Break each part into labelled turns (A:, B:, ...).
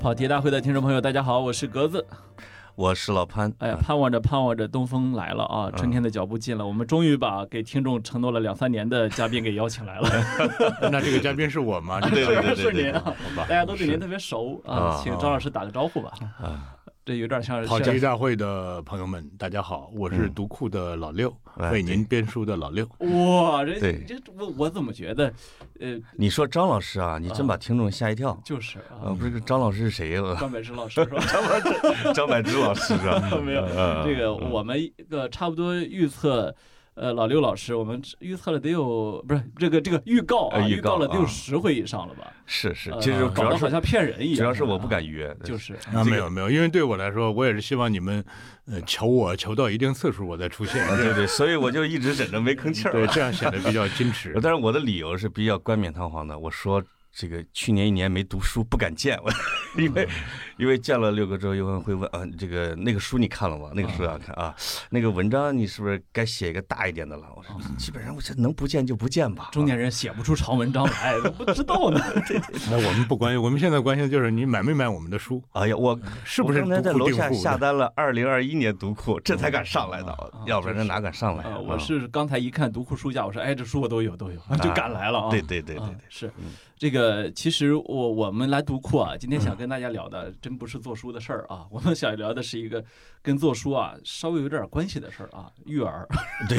A: 跑题大会的听众朋友，大家好，我是格子。
B: 我是老潘。
A: 哎呀，
B: 嗯
A: 盼望着盼望着东风来了啊，
B: 嗯
A: 春天的脚步近了，我们终于把给听众承诺了两三年的嘉宾给邀请来了，
C: 那这个嘉宾是我吗？
B: 对 对对
A: 是
B: 对
A: 您
B: 对，
A: 啊
B: 好吧
A: 大，家都对您特别熟啊，
B: 啊
A: 请张老师打个招呼吧。
B: 啊
A: 这有点 像是
C: 跑题大会的朋友们，大家好，我是读库的老六，
B: 哎
C: 为您编书的老六。
A: 哇，这
B: 对
A: 这我我怎么觉得，呃，
B: 你说张老师啊，你真把听众吓一跳。
A: 就是
B: 啊，
A: 啊，
B: 不是张老师是谁 呀？
A: 关本之老师是 吧？，
B: 张柏芝老师啊
A: 没有
B: 嗯
A: 这个我们呃差不多预测，呃，老刘老师，我们预测了得有不是这个这个预告啊，
B: 呃
A: 预
B: 预告
A: 告了得有
B: 啊
A: 十回以上了吧？
B: 是是
A: 呃，
B: 其实主
A: 搞
B: 要
A: 得好
B: 是
A: 像骗人一样，
B: 主要是我不敢约，
A: 啊，就是
C: 啊，没有没有，因为对我来说，我也是希望你们，呃，求我求到一定次数我再出现，
B: 啊对对，所以我就一直忍着没吭气
C: 对，
B: 儿。呃。
C: 这样显得比较矜 持
B: 但是我的理由是比较冠冕堂皇的，我说这个去年一年没读书不敢见 我，因
A: 嗯
B: 为因为见了六哥之后，又问会问啊，这个那个书你看了吗？那个书要看 啊，那个文章你是不是该写一个大一点的了？我说基本上我这能不见就不见吧。
A: 哦中年人写不出长文章来， 不知道呢。
C: 那我们不关心，我们现在关心的就是你买没买我们的 书，
B: 哎呀，我
C: 是不是
B: 我刚才在
C: 独库
B: 楼
C: 定
B: 下
C: 库
B: 下
C: 的？
B: 单了二零二一年读库，这才敢上来的，哦
A: 啊
B: 要不然这哪敢上来啊、
A: 呃，我是刚才一看读库书架，我说哎，这书我都有都有，就赶来了啊。
B: 对对对对
A: 啊
B: 对，嗯
A: 是这个。其实我我们来读库啊，今天想跟大家聊的，真不是做书的事儿啊，我们想聊的是一个跟做书啊稍微有点关系的事儿啊，育儿。
B: 对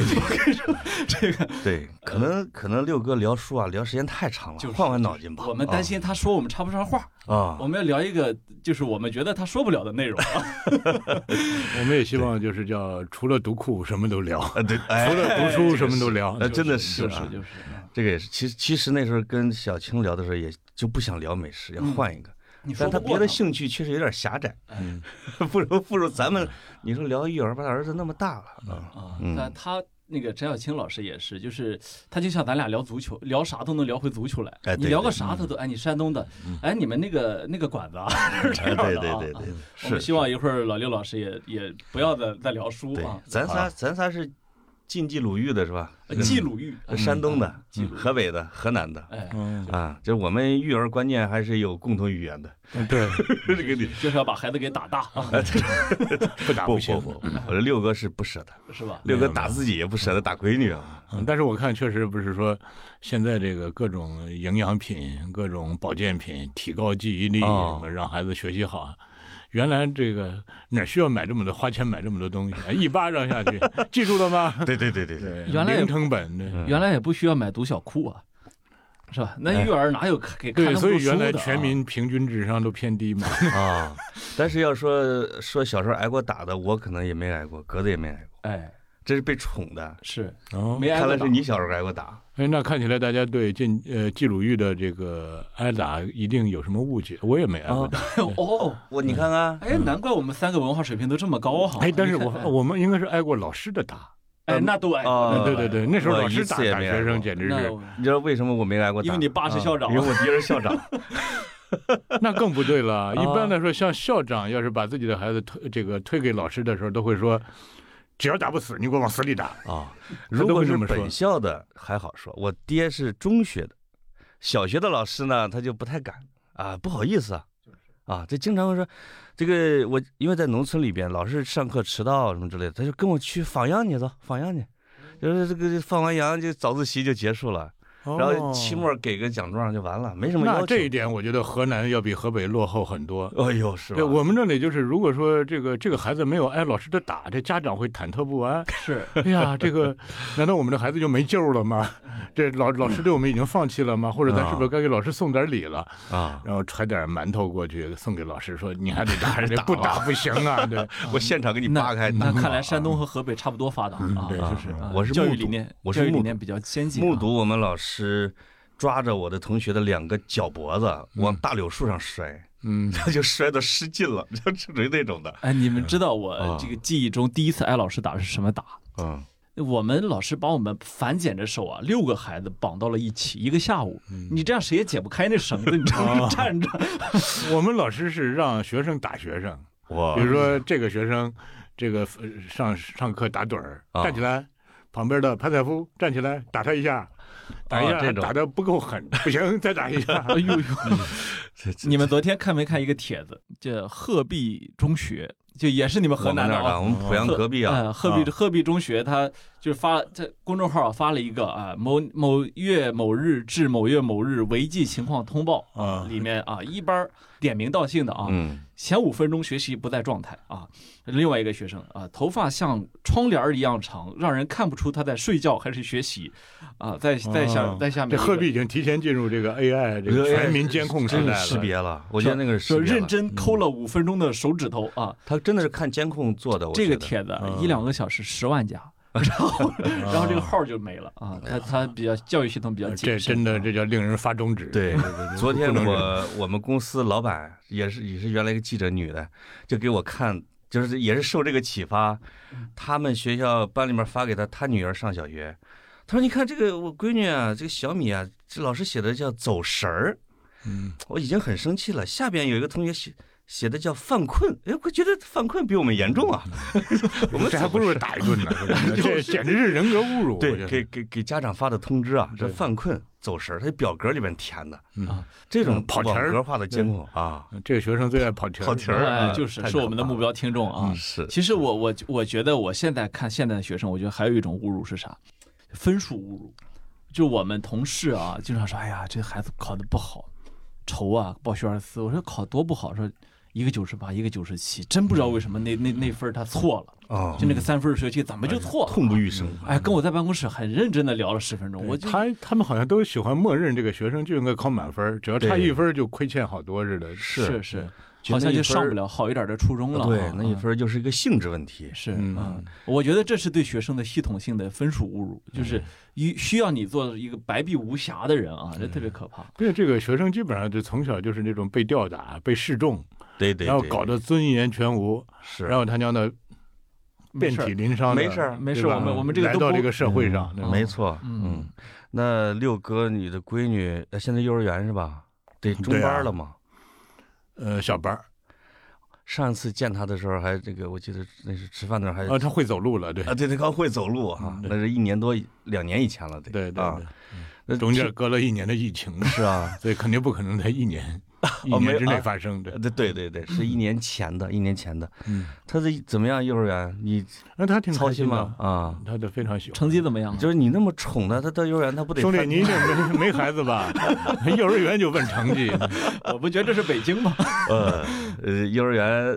B: 对
A: 这个
B: 对，可能可能六哥聊书啊，聊时间太长了，
A: 呃就是
B: 换换脑筋吧。
A: 我们担心他说我们插不上话，
B: 啊
A: 我，们要聊一个就是我们觉得他说不了的内容啊。
C: 我们也希望就是叫除了读库什么都 聊，
B: 啊对，哎
C: 除了读书什么都 聊。
B: 哎 真的
A: 就是是
B: 啊
A: 就是啊。
B: 这个也是，其实其实那时候跟小青聊的时候，也就不想聊美食，要换一个。
A: 嗯你说
B: 但
A: 不
B: 他
A: 过哎
B: 别
A: 他
B: 的兴趣确实有点狭窄，
C: 嗯，
B: 不如不如咱
A: 嗯
B: 们，你说聊育儿吧，儿子那么大了啊，
A: 啊，
B: 嗯
A: 但他那个陈小青老师也是，就是他就像咱俩聊足球，聊啥都能聊回足球来。
B: 哎对嗯
A: 你聊个啥他都哎，你山东的，哎，你们那个那个馆子啊， 是这
B: 哎
A: 样的、啊
B: 对对对对，
A: 我们
B: 是
A: 希望一会儿老刘老师也也不要再再聊书
B: 对
A: 啊，，
B: 咱仨咱仨是晋冀鲁豫的是吧？
A: 呃记鲁豫，啊
B: 嗯山东的、
A: 记录
B: 河北的、河南的
A: 哎，
C: 嗯，
B: 啊，就我们育儿观念还是有共同语 言的。
C: 对，
B: 这个你
A: 就是要把孩子给打大，啊
B: 哎
C: 不打
B: 不
C: 行
B: 不。不，
A: 嗯
B: 我这六哥是不 舍得，
A: 是吧？
B: 六哥打自己也不舍得打闺 女啊。
C: 嗯，但是我看确实不是说现在这个各种营养品、各种保健品提高记忆力，
B: 哦
C: 什么让孩子学习好啊。原来这个哪需要买这么多花钱买这么多东西啊，一巴掌下去，记住了 吗？
B: 对对对对对，
C: 对，
A: 原来也嗯
C: 零成本
B: 嗯
C: 对。
A: 原来也不需要买读小库啊，是吧？
B: 哎
A: 那育儿哪有给看
C: 对，
A: 那么
C: 所
A: 多
C: 以
A: 书的、
C: 原
A: 啊？
C: 来全民平均智商都偏 低嘛。
B: 啊，但是要说说小时候挨过打的，我可能也没挨过，格子也没挨过，
A: 哎
B: 这是被宠的。
A: 是
C: 哦，
A: 没挨
B: 嗯看
A: 过
B: 来
A: 打
B: 是你小时候挨过打，
C: 哎，那看起来大家对进呃季鲁豫的这个挨打一定有什么误解，我也没挨过打。
A: 哦。
B: 我你看看，
A: 哎，难怪我们三个文化水平都这么高哈！
C: 嗯哎，但是
A: 你
C: 我
A: 看
C: 我们应该是挨过老师的打。
A: 哎，那都挨过，
B: 啊
A: 那都挨
C: 对
A: 过
C: 对对，那时候
B: 我
C: 老
B: 一
C: 师
B: 次
C: 打
B: 也
C: 打
B: 没挨
C: 学生
B: 过
C: 简直
A: 那
C: 是。
A: 我
B: 你知道为什么我没挨过打？
A: 因为你爸是校长
B: 啊因为我爹是校长。
C: 那更不对了。
B: 哦
C: 一般来说，像校长要是把自己的孩子推这个推给老师的时候，都会说，只要打不死，你给我往死里打。
B: 啊，
C: 他
B: 如
C: 都
B: 果
C: 会
B: 是
C: 这么说
B: 本校的还好说，我爹是中学的，小学的老师呢，他就不太敢啊，不好意思啊，啊，这经常会说，这个我因为在农村里边，老是上课迟到什么之类的，他就跟我去放羊去，走放羊去，就是这个放完羊就早自习就结束了，然后期末给个奖状就完了，没什么要
C: 哦那
B: 求。
C: 这一点，我觉得河南要比河北落后很多。
B: 哎呦，是吧？
C: 对我们这里就是，如果说这个这个孩子没有挨老师的打，这家长会忐忑不 安。
A: 是
C: 哎呀，这个难道我们的孩子就没救了吗？这老老师对我们已经放弃了吗？或者咱是不是该给老师送点礼了？
B: 啊，
C: 然后揣点馒头过去送给老 师，说你还得打，
B: 还是
C: 这
B: 打
C: 不
B: 吧
C: 打不行啊！对，
B: 我现场给你扒开打
A: 那
B: 啊，
A: 看来山东和河北差不多发达啊，
C: 对
A: 就是啊
B: 我是
A: 教育
B: 目睹
A: 理念，
B: 我是
A: 教育
B: 目
A: 理
B: 睹
A: 念比较先进啊，
B: 目睹我们老师抓着我的同学的两个脚脖子往大柳树上摔，
C: 嗯，
B: 他 就摔得失禁了， 就属于那种的。
A: 哎，你们知道我
B: 啊
A: 这个记忆中第一次挨老师打是什么打？
B: 嗯，
A: 我们老师把我们反剪着手啊，六个孩子绑到了一起，一个下午，
B: 嗯
A: 你这样谁也解不开那绳子，你知
B: 啊
A: 道吗？ 站 着，
C: 我们老师是让学生打学生，
B: 我
C: 比如说这个学生，这个呃上上课打盹儿，
B: 啊
C: 站起来，旁边的潘采夫站起来打他一下，打一下、
B: 啊这种
C: 打的不够 狠，不行，再打一下。
A: 哎 呦呦！
B: 嗯这这
A: 你们昨天看没看一个帖子？这鹤壁中学，就也是你们河
B: 我们
A: 南
B: 那
A: 的
B: 儿的，
A: 啊。
B: 我们濮阳
A: 鹤
B: 隔壁啊，
A: 呃，鹤壁鹤壁中学，他就是发在公众号发了一个啊，某某月某日至某月某日违纪情况通报
B: 哎
C: 啊
A: 里面啊，一班点名道姓的啊，
B: 嗯，
A: 前五分钟学习不在状态啊。另外一个学生啊，头发像窗帘儿一样长，让人看不出他在睡觉还是学习啊。在在下
C: 哦
A: 在下面
C: 这
A: 一个
C: 鹤壁已经提前进入这个 AI 这个
B: AI
C: 全民监控时
B: 真
C: 代
B: 是
C: 了，
B: 识别了，我觉得那个是识
A: 说
B: 别了嗯
A: 认真抠了五分钟的手指头啊，
B: 他真的是看监控做的，我
A: 这个
B: 觉得
A: 帖子啊
C: 嗯
A: 一两个小时十万加，然 后然后这个号就没了
B: 嗯
A: 啊。他他比较教育系统比较
C: 呃这
A: 谨慎
C: 真的这叫令人发中指。
B: 啊对， 昨天
C: 不能
B: 我我们公司老板也是也是原来一个记者女的，就给我看，就是也是受这个启发，他们学校班里面发给她，她女儿上小学，她说你看这个我闺女啊，这个小米啊，这老师写的叫走神儿，
C: 嗯，
B: 我已经很生气了。下边有一个同学写写的叫犯困，哎，我觉得犯困比我们严重啊， 我们
C: 这还
B: 怎么
C: 不如打一顿 呢，这简直是人格侮辱。我觉
B: 对，
C: 得
B: 给给给家长发的通知啊，这
C: 对
B: 犯困走神儿，他表格里面填的
C: 嗯
A: 啊
B: 这种
C: 嗯跑题
B: 网
C: 儿
B: 格化的监控啊，
C: 嗯这个学生最爱跑题儿，
B: 跑题儿
A: 哎
B: 啊，
A: 就是
B: 太
A: 是
B: 可
A: 我们的
B: 怕
A: 目
B: 了
A: 标听众啊
B: 嗯。是
A: 其实我我我觉得我现在看现在的学生，我觉得还有一种侮辱是啥？分数侮辱。就我们同事啊，经常说：“哎呀，这孩子考的不好，愁啊，报学而思。”我说考多不好，说一个九十八，一个九十七，真不知道为什么那那那分儿他错了，
B: 哦
A: 就那个三分儿学期怎么就错了？
B: 痛不欲生。
C: 嗯
B: 啊
A: 哎，跟我在办公室很认真的聊了十分钟，
C: 对
A: 我就
C: 他他们好像都喜欢默认这个学生就应该考满分儿，只要差
B: 对
C: 一分儿就亏欠好多似的。
A: 是是，
B: 嗯觉得
A: 好像
B: 那
A: 就
B: 一分
A: 上
B: 儿呃
A: 不了好一点的初中了啊。
B: 对，那一
A: 啊
B: 分儿就是一个性质问题。
A: 是
C: 嗯
A: 嗯，我觉得这是对学生的系统性的分数侮辱，就是一需要你做一个白璧无瑕的人啊，这特别
B: 嗯
A: 可怕。
C: 对这个学生基本上就从小就是那种被吊打、被示众，
B: 对对，
C: 然后
B: 对
C: 搞得尊严全无，
B: 是，
C: 然后他娘的
A: 没
C: 遍
A: 事儿
C: 体鳞伤的。
B: 没事儿
A: 没事
C: 对吧
A: 我们我们这个
C: 来
A: 都
C: 到
A: 不
C: 这个社会上，对吧
B: 嗯没错，
A: 嗯
B: 嗯。那六哥，你的闺女呃现在幼儿园是吧？得中
C: 对啊
B: 班了嘛？
C: 呃小班儿
B: 上次见她的时候还这个，我记得那是吃饭的时候还
C: 啊，他会走路了，对
B: 啊，对，她刚会走路哈，
C: 嗯对
B: 那是一年多两年以前了，得
C: 对对
B: 啊
C: 对，，
B: 那
C: 中
B: 挺
C: 间隔了一年的疫情，
B: 是啊，
C: 所以肯定不可能在一年 一
B: 哦没
C: 年之
B: 啊
C: 内发生的。
B: 对对对对，是一年前的，一年前的。
C: 嗯，
B: 她这怎么样？幼儿园你
C: 那他挺
B: 操
C: 开
B: 心
C: 心的
B: 吗？？啊，
C: 他都非常喜欢。
A: 成绩怎么样啊？
B: 就是你那么宠她，她到幼儿园她不得
C: 兄弟，
B: 犯
C: 你这没没孩子吧？ 幼儿园就问成绩，
A: 我不觉得这是北京 吗？
B: 呃呃，幼儿园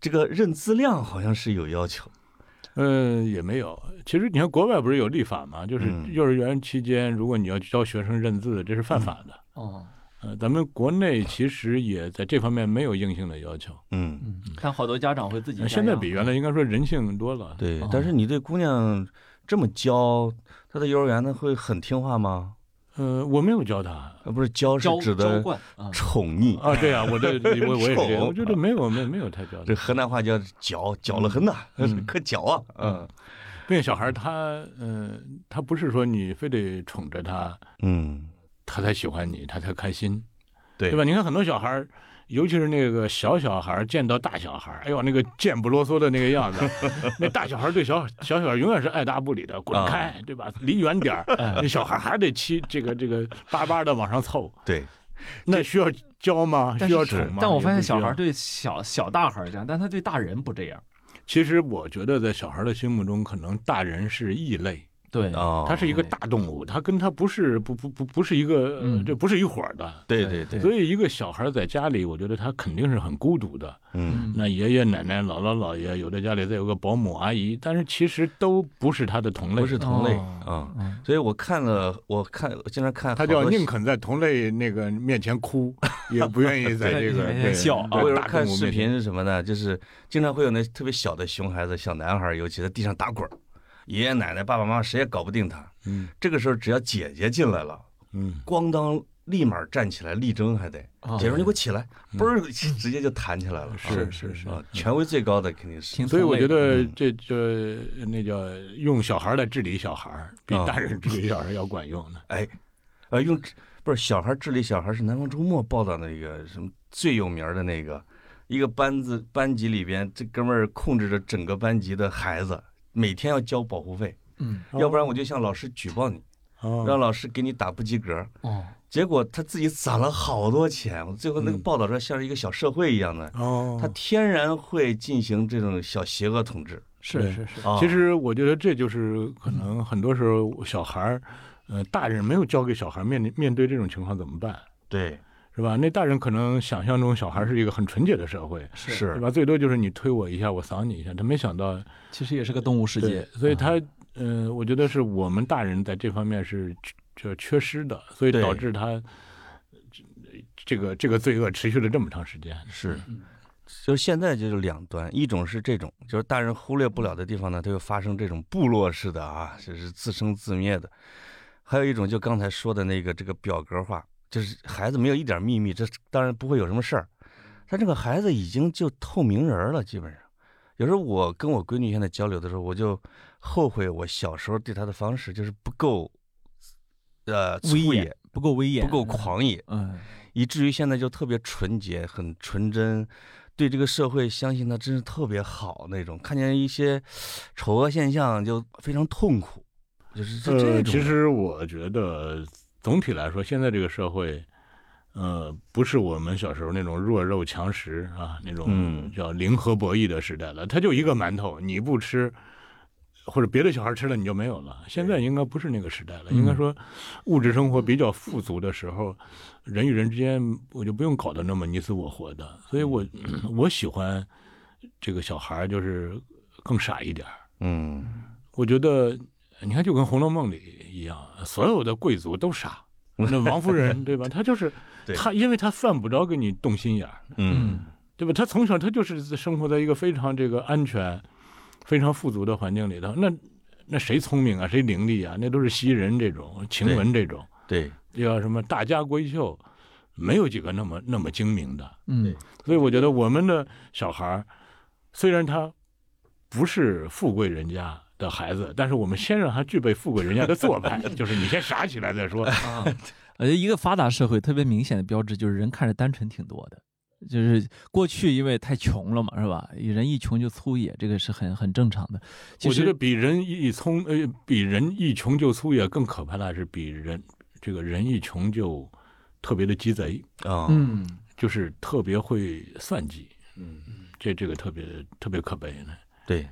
B: 这个认字量好像是有要求，
C: 嗯、也没有。其实你看，国外不是有立法吗？就是
B: 嗯
C: 幼儿园期间，如果你要教学生认字，这是犯法的。
A: 哦，
C: 呃，咱们国内其实也在这方面没有硬性的要求，
B: 嗯，
A: 嗯，看好多家长会自己
C: 呃
A: 加
C: 现在
A: 压
C: 比原来应该说人性多了。
B: 对
A: 哦。
B: 但是你对姑娘这么教，她在幼儿园呢会很听话吗？
C: 呃，我没有教他。
B: 呃，不是教是
A: 娇
B: 指
A: 娇
B: 的
A: 惯啊，
B: 宠溺，
C: 啊，对啊，我这我我也是这样，
B: 丑
C: 我觉得没有没有没有太教
B: 这
C: 的，
B: 河南话叫搅搅了很呐
C: 嗯，
B: 可搅啊，嗯
C: 并且小孩他呃，他不是说你非得宠着他，
B: 嗯，
C: 他才喜欢你，他才开心，
B: 对
C: 对吧？你看很多小孩儿，尤其是那个小小孩儿见到大小孩儿，哎呦，那个贱不啰嗦的那个样子， 那大小孩儿对小小小孩儿永远是爱答不理的，滚
B: 啊
C: 开，对吧？离远点 儿，
A: 嗯
C: 那小孩儿还得欺这个这个巴巴的往上凑，
B: 对，
C: 那需要教吗？
A: 但
C: 需要
A: 是
C: 宠吗？
A: 但我发现
C: 也不需
A: 小孩
C: 要
A: 儿对小小大孩儿这样，但他对大人不这样。
C: 其实我觉得在小孩儿的心目中，可能大人是异类。
A: 对，
B: 哦，
C: 它是一个大动物，它跟它不是不不不不是一个、呃
A: 嗯
C: 这不是一伙儿的。
B: 对对对，
C: 所以一个小孩在家里，我觉得他肯定是很孤独的。
B: 嗯，
A: 嗯
C: 那爷爷奶奶、姥姥姥爷，有的家里再有个保姆阿姨，但是其实都不是他的同类，
B: 不是同类
A: 哦
B: 啊。
A: 嗯，
B: 所以我看了，我看我经常看，
C: 他叫宁。肯在同类那个面前 哭，也不愿意在这个
A: 在
C: 对
A: 笑
C: 对
A: 啊
B: 我有时候
C: 大
B: 看
C: 动物
B: 视
C: 面前。
B: 频是什么呢？就是经常会有那特别小的熊孩子、小男孩儿，尤其在地上打滚儿，爷爷奶奶、爸爸妈妈谁也搞不定他。
C: 嗯
B: 这个时候只要姐姐进来了，
C: 嗯，
B: 咣当立马站起来力争，还得
A: 哦
B: 姐说你给我起来，嘣儿直接就弹起来了。
C: 嗯是
B: 啊
C: 是是
B: 啊，权威最高的肯定是
A: 挺
C: 所以
A: 同
C: 我
A: 类
C: 觉
A: 的
C: 得这这那叫用小孩来治理小孩儿，比
B: 啊
C: 大人治理小孩儿要管用呢。
B: 哎，呃，用不是小孩治理小孩是南方周末报道那个什么最有名儿的那个，一个班子班级里边这哥们儿控制着整个班级的孩子，每天要交保护费。
A: 嗯，
B: 要不然我就向老师举报你，
C: 哦
B: 让老师给你打不及格。
A: 哦，
B: 结果他自己攒了好多钱，最后那个
D: 嗯
B: 报道说像是一个小社会一样的，
D: 哦，
B: 他天然会进行这种小邪恶统治。
A: 是
D: 对
A: 是是，
B: 啊
C: 其实我觉得这就是可能很多时候小孩儿，呃，大人没有教给小孩面临面对这种情况怎么办，
B: 对
C: 是吧？那大人可能想象中小孩是一个很纯洁的社会，
B: 是
C: 是吧？最多就是你推我一下，我搿你一下，他没想到，
A: 其实也是个动物世
C: 对
A: 界，，
C: 所以他，呃，我觉得是我们大人在这方面是缺就缺失的，所以
B: 对
C: 导致他呃这这个这个罪恶持续了这么长时间。
B: 是
A: 嗯，
B: 就是现在就是两端，一种是这种，就是大人忽略不了的地方呢，它又发生这种部落式的啊，就是自生自灭的；还有一种就刚才说的那个这个表格化，就是孩子没有一点秘密，这当然不会有什么事儿。但这个孩子已经就透明人儿了，基本上。有时候我跟我闺女现在交流的时候，我就后悔我小时候对她的方式就是不够，呃，
A: 威
B: 粗
A: 严
B: 野，
A: 不够威严，
B: 不够，狂野。
A: 嗯，
B: 以至于现在就特别纯洁、很纯真，对这个社会相信他真是特别好那种。看见一些丑恶现象就非常痛苦，就是这这
C: 呃，
B: 种。
C: 其实我觉得总体来说，现在这个社会，呃，不是我们小时候那种弱肉强食啊，那种
B: 嗯
C: 叫零和博弈的时代了。他就一个馒头，你不吃。或者别的小孩吃了你就没有了。现在应该不是那个时代了，
A: 嗯
C: 应该说物质生活比较富足的时候，人与人之间我就不用搞得那么你死我活的。所以我
B: 嗯
C: 我喜欢这个小孩就是更傻一点儿
B: 嗯，
C: 我觉得你看，就跟《红楼梦》里一样，所有的贵族都傻。 那王夫人对吧？她就是
B: 对
C: 她，因为她犯不着跟你动心眼儿，
B: 嗯
C: 对吧？她从小她就是生活在一个非常这个安全、非常富足的环境里头。那那谁聪明啊？谁伶俐啊？那都是袭人这种、晴雯这种，
B: 对，
C: 叫什么大家闺秀，没有几个那么那么精明的。
A: 嗯，
C: 所以我觉得我们的小孩儿，虽然他不是富贵人家的孩子，但是我们先让他具备富贵人家的做 派，就是你先傻起来再说。
A: 啊，我觉得一个发达社会特别明显的标志就是人看着单纯挺多的，就是过去因为太穷了嘛，是吧？人一穷就粗野，这个是很很正常的。其
C: 我觉
A: 实
C: 得比人一聪，呃，比人一穷就粗野更可怕的是比人这个人一穷就特别的鸡贼，
B: 啊、
A: 嗯，
C: 就是特别会算计，
B: 嗯，
C: 这这个特别特别可悲呢。
B: 对。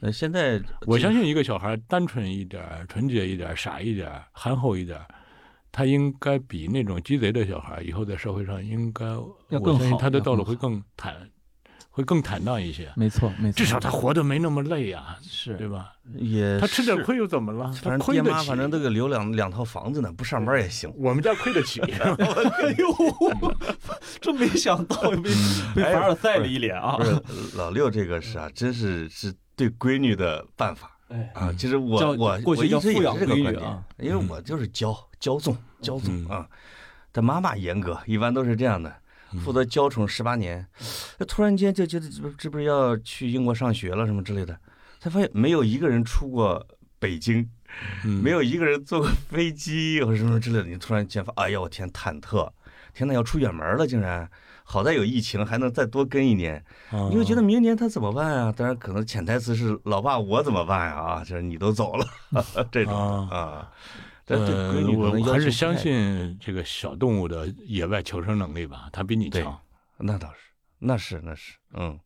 B: 那现在
C: 我
B: 这个
C: 相信一个小孩单纯一点儿、纯洁一点儿、傻一点儿、憨厚一点儿，他应该比那种鸡贼的小孩以后在社会上应该
A: 要
C: 我
A: 更
C: 相信
A: 好
C: 他的
A: 要
C: 道
A: 更
C: 路会
A: 好
C: 更坦，会更坦荡一
B: 嗯
C: 些。
A: 没错没错，
C: 至少他活得没那么累呀、
A: 是
C: 对吧？
B: 也
C: 他吃点
B: 呃是，
C: 亏又怎么了？
B: 反
C: 他
B: 正
C: 亏
B: 爹
C: 得
B: 妈
C: 起。
B: 反正都给留两两套房子呢，不上班也行。
C: 我们家亏 得起，
A: 哎呦，真没想到被被
B: 哎
A: 凡尔赛了一脸啊
B: 不！ 是老六这个是啊，真是是对闺女的办法
A: 哎
B: 啊。其实
A: 叫
B: 我我
A: 过去
B: 我一
A: 叫
B: 直
A: 富
B: 也
A: 养
B: 是这个
A: 闺
B: 观
A: 女
B: 点
A: 啊，
B: 因为我就是骄骄纵骄纵
C: 嗯
B: 啊。但妈妈严格，一般都是这样的，
A: 嗯
B: 负责娇宠十八年，那突然间就觉得这不这不是要去英国上学了什么之类的，才发现没有一个人出过北京，
A: 嗯
C: 嗯
B: 没有一个人坐过飞机或者什么之类的，你突然间发，哎呀，我天，忐忑，天呐，要出远门了，竟然。好在有疫情，还能再多跟一年。
C: 嗯，
B: 你会觉得明年他怎么办啊？当然，可能潜台词是老爸我怎么办呀？啊，就是你都走了 这种
C: 啊。
B: 啊。但是对
C: 呃
B: 闺，女可能
C: 我
B: 要
C: 还
B: 求
C: 是
B: 不
C: 相
B: 太
C: 信这个小动物的野外求生能力吧，它比你
B: 对
C: 强。
B: 那倒是，那是那是，嗯，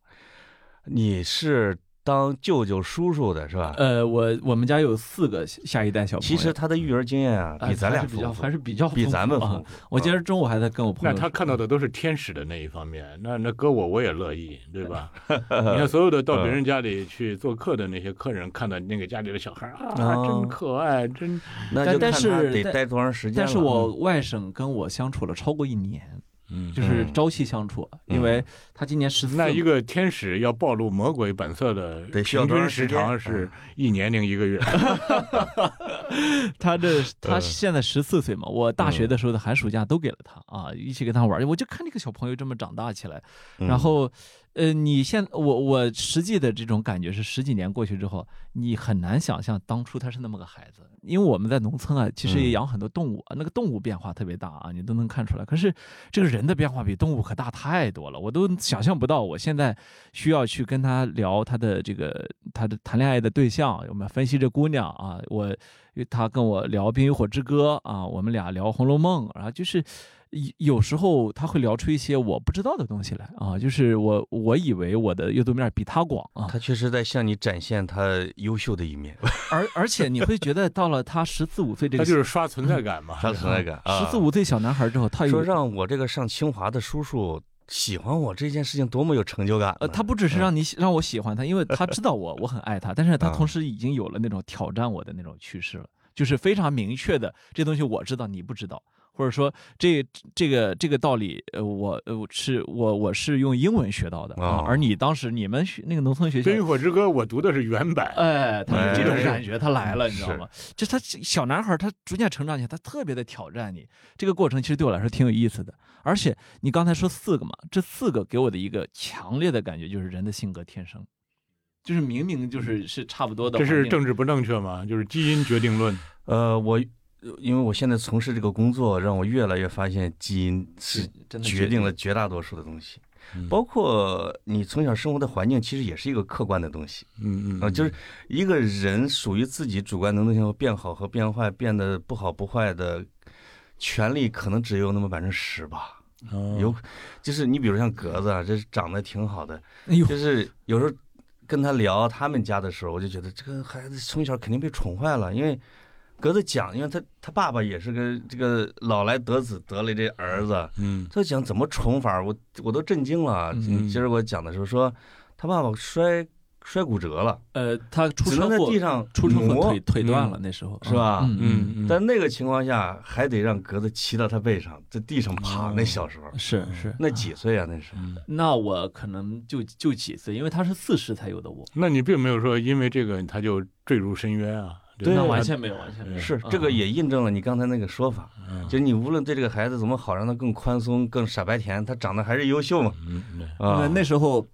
B: 你是当舅舅叔叔的是吧？
A: 呃，我我们家有四个下一代小朋友，
B: 其实他的育儿经验啊，
A: 哎
B: 比咱俩
A: 还是比较
B: 丰富，
A: 还是比较
B: 比咱们
A: 丰
B: 丰
A: 富
B: 富
A: 啊。。我今儿中午还在跟我朋
C: 那
A: 友，
C: 他看到的都是天使的那一方面，那那搁我我也乐意，对 吧？你看所有的到别人家里去做客的那些客人，看到那个家里的小孩儿啊，
B: 啊
C: 真可爱，真
B: 那
A: 但
B: 就
A: 但
B: 看他
A: 是
B: 得
A: 但
B: 待多长时
A: 但
B: 间了。嗯
A: 是我外甥跟我相处了超过一年，
C: 嗯
A: 就。是朝夕相处，
B: 嗯
A: 因为他今年十四，
C: 那一个天使要暴露魔鬼本色的
B: 得需要
C: 平
B: 多
C: 均
B: 长时
C: 时
B: 间嗯
C: 长是一年零一 个月，
A: 他这
B: 嗯
A: 他现在十四岁嘛，我大学的时候的寒暑假都给了他啊，一起跟他玩儿，我就看这个小朋友这么长大起来，
B: 嗯
A: 然后呃，你现我我实际的这种感觉是，十几年过去之后，你很难想象当初他是那么个孩子，因为我们在农村啊，其实也
B: 嗯
A: 养很多动物，啊，那个动物变化特别大啊，你都能看出来。可是这个人的变化比动物可大太多了，我都想象不到。我现在需要去跟他聊他的这个他的谈恋爱的对象，我们分析这姑娘啊，我他跟我聊《冰与火之歌》啊，我们俩聊《红楼梦》，然后就是。有有时候他会聊出一些我不知道的东西来啊，就是我我以为我的阅读面比他广啊，
B: 嗯他确实在向你展现他优秀的一面，
A: 而而且你会觉得到了他十四五岁这
C: 他
A: 个
C: 就是刷存在 感嘛。
B: 他存在感啊。
A: 十四五岁小男孩之后，他有
B: 说让我这个上清华的叔叔喜欢我这件事情多么有成就感呢。
A: 呃，他不只是让你喜让我喜欢他，因为他知道我，我很爱他，但是他
B: 啊
A: 同时已经有了那种挑战我的那种趋势了，就是非常明确的，这东西我知道你不知道，或者说这这个这个道理，呃，我呃我是我我是用英文学到的啊
B: 哦，
A: 而你当时你们学那个农村学
C: 《
A: 校
C: 冰与。火之歌》我读的是原版，
B: 啊
A: 哎，他是这种
B: 哎
A: 感觉，他来了，你知
B: 是
A: 道吗？就他小男孩，他逐渐成长起来，他特别的挑战你。这个过程其实对我来说挺有意思的，而且你刚才说四个嘛，这四个给我的一个强烈的感觉就是人的性格天生，就是明明就是是差不多的
C: 这
A: 环境，
C: 是政治不正确吗？就是基因决定论。
B: 呃，我因为我现在从事这个工作，让我越来越发现基因是
A: 真的
B: 决定了绝大多数的东西
C: 嗯，
B: 包括你从小生活的环境，其实也是一个客观的东西
C: 嗯嗯
B: 啊、就是一个人属于自己主观能动性和变好和变坏，变得不好不坏的权利，可能只有那么百分之十吧。
A: 嗯
C: 嗯哦
B: 有，就是你比如像格子啊，这长得挺好的，
A: 哎 呦，
B: 就是有时候跟他聊他们家的时候，我就觉得这个孩子从小肯定被宠坏了，因为格子讲，因为他他爸爸也是个这个老来得子得了这儿子，
C: 嗯
B: 他讲怎么宠法儿，我我都震惊了。
A: 嗯
B: 接着我讲的时候说，他爸爸摔摔骨折了，
A: 呃，他出
B: 只
A: 车
B: 能在
A: 祸
B: 地，上
A: 出车祸
B: 挪
A: 腿腿断了，那时候
B: 是吧
A: 嗯嗯
C: 嗯，
B: 但那个情况下还得让格子骑到他背上，在地上爬。
C: 哦
B: 那小时候
A: 嗯，是是。
B: 那几岁啊？那是
C: 嗯
A: 那我可能就就几岁，因为他是四十才有的我，
C: 那你并没有说因为这个他就坠入深渊啊？
B: 对
A: 那
C: 吧
A: 完全没有，完全没有。
C: 嗯
B: 是这个也印证了你刚才那个说法，
C: 嗯
B: 就你无论对这个孩子怎么好，让他更宽松、更傻白甜，他长得还是优秀嘛。
C: 嗯对
A: 那
B: 啊，
A: 那时候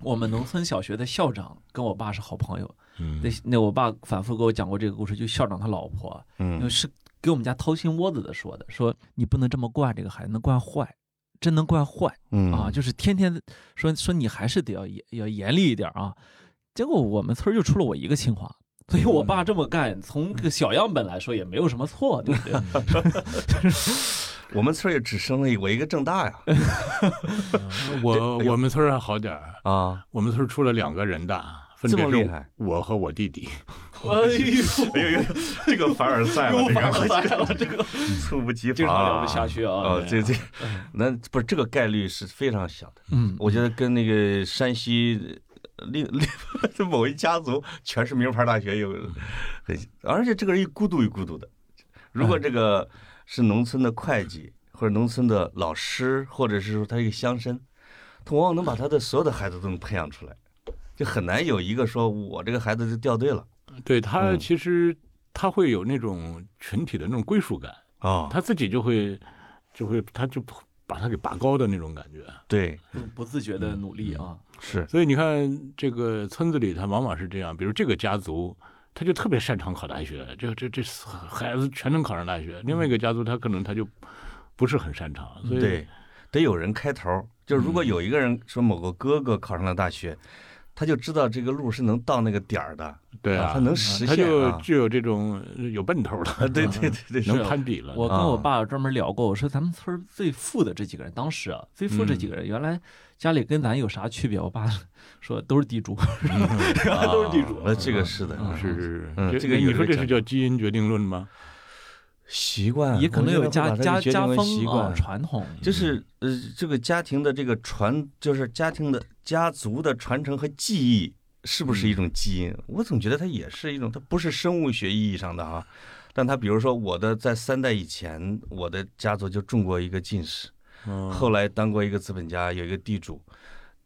A: 我们农村小学的校长跟我爸是好朋友，
C: 嗯
A: 那那我爸反复给我讲过这个故事，就校长他老婆，啊
B: 嗯
A: 是给我们家掏心窝子的说的，说你不能这么惯这个孩子，能惯坏。真能惯坏
B: 嗯
A: 啊！就是天天说说你还是得要严要严厉一点啊。结果我们村儿就出了我一个清华，所以我爸这么干，从这个小样本来说也没有什么错，对不对？
B: 嗯 我们村儿也只生了我一个正大 呀。
C: 我我们村儿还好点儿，
B: 啊，
C: 我们村儿出了两个人大，分别
B: 这么厉害
C: 是我和我弟弟。
A: 哎呦，
B: 呦，哎这个凡尔 赛
A: 又反过来了，这个
B: 猝不及
A: 经常聊不下去啊。
B: 哦，
A: 对
B: 这这，那不是这个概率是非常小的。
A: 嗯，
B: 我觉得跟那个山西呃另另 某一家族全是名牌大学有很，而且这个人一孤独一孤独的。如果这个是农村的会计或者农村的老师，或者是说他一个乡绅，他往往能把他的所有的孩子都能培养出来，就很难有一个说我这个孩子就掉队了
C: 对他
B: 嗯
C: 其实他会有那种群体的那种归属感，
B: 啊。
C: 他自己就会就会他就把他给拔高的那种感觉。
B: 对，
A: 不不自觉的努力
B: 嗯
A: 啊。
B: 是
C: 所以你看这个村子里，他往往是这样，比如这个家族。他就特别擅长考大学，这这这孩子全能考上大学。另外一个家族，他可能他就不是很擅长，所以
B: 对，得有人开头儿。就是如果有一个人说某个哥哥考上了大学，他就知道这个路是能到那个点儿的，
C: 对
B: 啊
C: 啊，
B: 他能实
C: 他
B: 现
C: 就
B: 啊
C: 具有这种呃有奔头了，
B: 啊，对对 对对，
C: 能攀比了。
A: 我跟
B: 啊
A: 我爸专门聊过，我说咱们村儿最富的这几个人，当时啊，最富这几
B: 嗯
A: 个人，原来家里跟咱有啥区别？我爸说都是地主，
B: 啊
A: 都是地主。
B: 那这个是的，
C: 嗯
B: 嗯
C: 是是
B: 嗯
C: 是，
B: 这个
C: 你
B: 有
C: 说
B: 这
C: 这是
B: 讲究
C: 叫基因决定论吗？
B: 习惯，
A: 也可能
B: 嗯我觉
A: 有
B: 得
A: 家
B: 把它
A: 家
B: 决
A: 家
B: 定为习
A: 风啊
B: 惯，
A: 传统，
B: 就是呃，这个家庭的这个传，就是家庭的家族的传承和记忆，是不是一种基因？我总觉得它也是一种，它不是生物学意义上的啊。但它比如说，我的在三代以前，我的家族就中过一个进士，
C: 嗯
B: 后来当过一个资本家，有一个地主，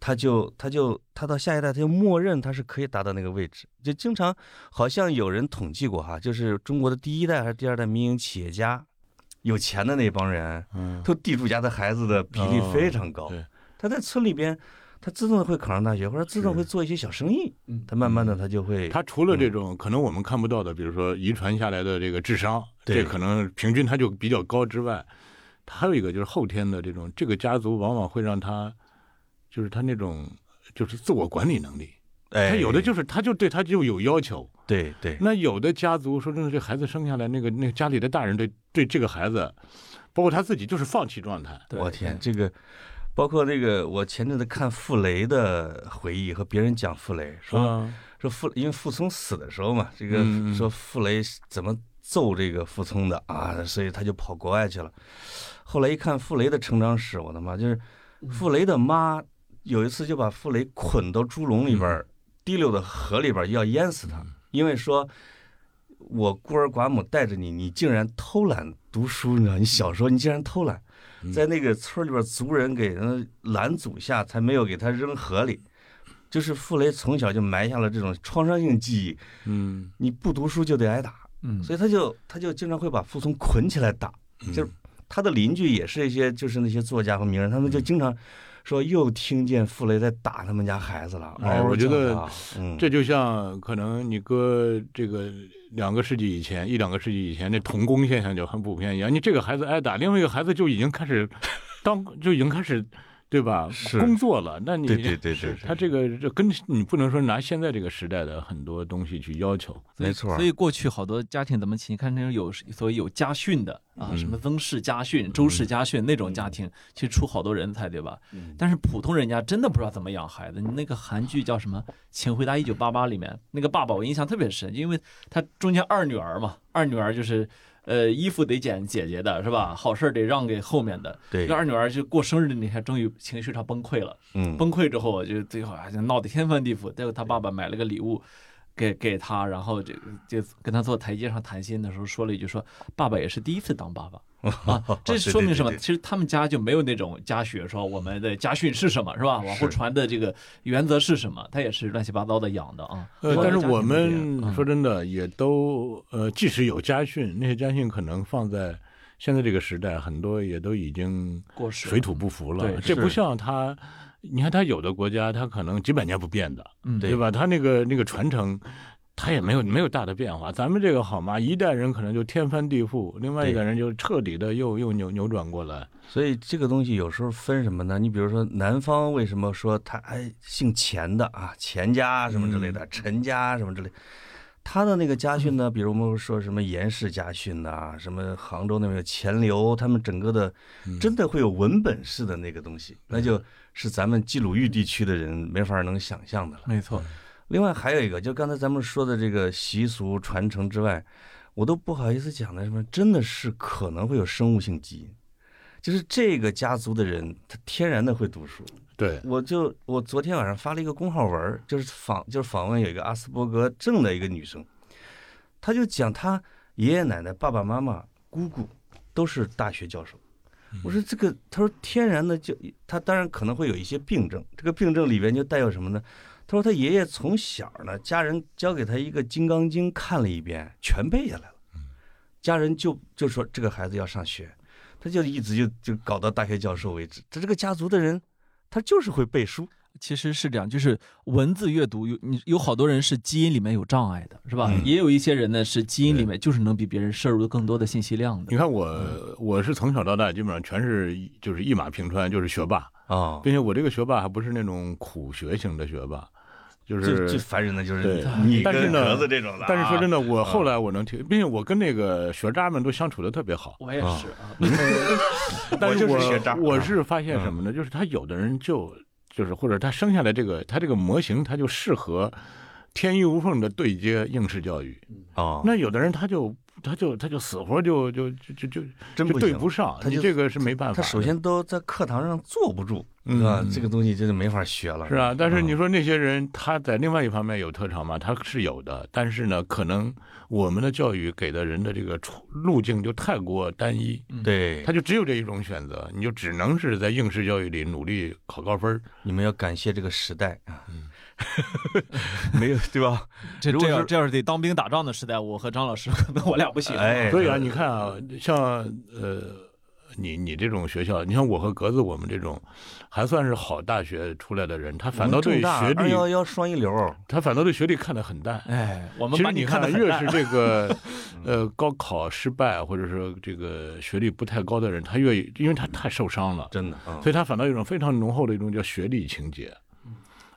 B: 他就他就他到下一代他就默认他是可以达到那个位置，就经常好像有人统计过哈，就是中国的第一代还是第二代民营企业家，有钱的那帮人，
C: 嗯
B: 都地主家的孩子的比例非常高
C: 哦对，
B: 他在村里边。他自动会考上大学，或者自动会做一些小生意，
A: 嗯
B: 他慢慢的他就会，
C: 他除了这
B: 嗯
C: 种可能我们看不到的，比如说遗传下来的这个智商，
B: 对
C: 这可能平均他就比较高之外，他还有一个就是后天的这种，这个家族往往会让他，就是他那种就是自我管理能力，
B: 哎，
C: 他有的就是他就对他就有要求。
B: 对对，
C: 那有的家族说真的，这孩子生下来那个那个家里的大人对对这个孩子，包括他自己就是放弃状态。
A: 对
B: 我天，这个包括这个，我前阵子看傅雷的回忆和别人讲傅雷，说、
C: 啊，
B: 说傅，因为傅聪死的时候嘛，这个
C: 嗯嗯
B: 说傅雷怎么揍这个傅聪的啊，所以他就跑国外去了。后来一看傅雷的成长史，我的妈，就是傅雷的妈有一次就把傅雷捆到猪笼里边儿，
C: 嗯
B: 滴溜到河里边儿要淹死他，因为说。我孤儿寡母带着你，你竟然偷懒读书，你知道？你小时候你竟然偷懒，
C: 嗯
B: 在那个村儿里边儿族人给人拦阻下，才没有给他扔河里。就是傅雷从小就埋下了这种创伤性记忆，
C: 嗯，
B: 你不读书就得挨打，
A: 嗯，
B: 所以他就他就经常会把傅聪捆起来打。
C: 嗯
B: 就是他的邻居也是一些就是那些作家和名人，他
A: 嗯
B: 们就经常说又听见傅雷在打他们家孩子了。
C: 哎
B: 嗷嗷
C: 我觉
B: 叫
C: 得
B: 他，嗯，
C: 这就像可能你哥这个两个世纪以前，一两个世纪以前那童工现象就很普遍一样。你这个孩子挨打，另外一个孩子就已经开始当就已经开始对吧
B: 是
C: 工作了，那你
B: 对对对对，
C: 他这个这跟你不能说拿现在这个时代的很多东西去要求。
A: 所以
B: 没错
A: 所以过去好多家庭怎么起？你看那种有所谓有家训的啊，
B: 嗯
A: 什么曾氏家训、周氏家训那种家庭，其实出好多人才，对吧？
B: 嗯
A: 但是普通人家真的不知道怎么养孩子。你那个韩剧叫什么《请回答一九八八》里面那个爸爸，我印象特别深，因为他中间二女儿嘛，二女儿就是。呃，衣服得捡姐姐的是吧？好事儿得让给后面的。
B: 对
A: 这，二女儿就过生日那天，终于情绪上崩溃了。
B: 嗯，
A: 崩溃之后，我就最后还是闹得天翻地覆。最后他爸爸买了个礼物给给他，然后这就跟他坐台阶上谈心的时候说了一句说：“爸爸也是第一次当爸爸。” 啊，这
B: 对
A: 说明
B: 对
A: 什么？
B: 对
A: 其实他们家就没有那种家学，说我们的家训是什么，是吧？往后
B: 是
A: 传的这个原则是什么？他也是乱七八糟的养的嗯啊。
C: 呃，但是我们说
A: 说，
C: 真的，也都呃，即使有家训，那些家训可能放在现在这个时代，很多也都已经
A: 过时了
C: 水土不服了
A: 对。
C: 这不
B: 是
C: 像他，你看他有的国家，他可能几百年不变的，
A: 嗯，
C: 对吧？他那个那个传承，他也没有没有大的变化。咱们这个好吗？一代人可能就天翻地覆，另外一代人就彻底的又又扭扭转过来。
B: 所以这个东西有时候分什么呢？你比如说南方为什么说他哎姓钱的啊，钱家什么之类的，陈家什么之类，他的那个家训呢，比如我们说什么严氏家训呐、什么杭州那边有钱刘，他们整个的真的会有文本式的那个东西，那就是咱们基鲁豫地区的人没法能想象的了。
A: 没错，
B: 另外还有一个，就刚才咱们说的这个习俗传承之外，我都不好意思讲的什么，真的是可能会有生物性基因，就是这个家族的人他天然的会读书。
C: 对，
B: 我就我昨天晚上发了一个公号文儿，就是访就是访问有一个阿斯伯格症的一个女生，她就讲她爷爷奶奶、爸爸妈妈、姑姑都是大学教授。我说这个，她说天然的就她当然可能会有一些病症，这个病症里边就带有什么呢？她说她爷爷从小呢，家人教给她一个《金刚经》，看了一遍全背下来了，家人就就说这个孩子要上学。他就一直就就搞到大学教授为止，他这个家族的人他就是会背书。
A: 其实是这样，就是文字阅读有你有好多人是基因里面有障碍的，是吧？
B: 嗯
A: 也有一些人呢是基因里面就是能比别人摄入更多的信息量的
C: 你。看我
A: 嗯
C: 我是从小到大基本上全是一就是一马平川，就是学霸。
B: 啊，
C: 并且我这个学霸还不是那种苦学型的学霸，就
B: 最
C: 是。
B: 最烦人的就是
C: 对
B: 你
C: 但是
B: 跟
C: 呢
B: 格子这种的啊。
C: 但是说真的，我
B: 啊
C: 后来我能听，并且我跟那个学渣们都相处的特别好。
A: 我也
B: 啊
A: 是啊，
C: 但是
B: 我就
C: 我
B: 是学渣啊嗯
C: 我是发现什么呢？就是他有的人就就是或者他生下来这个他这个模型，他就适合天衣无缝的对接应试教育。
B: 啊，
C: 那有的人他就他就他就死活就就就就就
B: 真
C: 就
B: 不
C: 对
B: 行
C: 不上，
B: 他就
C: 你这个是没办法
B: 他
C: 的。
B: 首先都在课堂上坐不住，
C: 嗯
B: 是吧？这个东西真的没法学了。
C: 是啊，但是你
B: 嗯
C: 说那些人他在另外一方面有特长吗？他是有的，但是呢，可能我们的教育给的人的这个出路径就太过单一，
B: 嗯对
C: 他，就只有这一种选择，你就只能是在应试教育里努力考高分儿。
B: 你们要感谢这个时代啊，
C: 嗯
B: 没有对吧？
A: 这
B: 如
A: 这
B: 果
A: 要
B: 是
A: 这要是得当兵打
B: 啊
A: 哎仗的时代，我和张老师可能我俩不行。
B: 哎，
C: 啊所以啊，你看啊，像呃你你这种学校，你像我和格子我们这种，还算是好大学出来的人，他反倒对学
B: 二
C: 历，
B: 幺幺双一流，
C: 他反倒对学历看得很淡。
A: 哎，我们
C: 其
A: 把
C: 实
A: 你
C: 你
A: 看
C: 看
A: 的
C: 啊，越是这个呃高考失败，或者说这个学历不太高的人，他越因为他太受伤了，
B: 真的，嗯
C: 所以他反倒有一种非常浓厚的一种叫学历情结。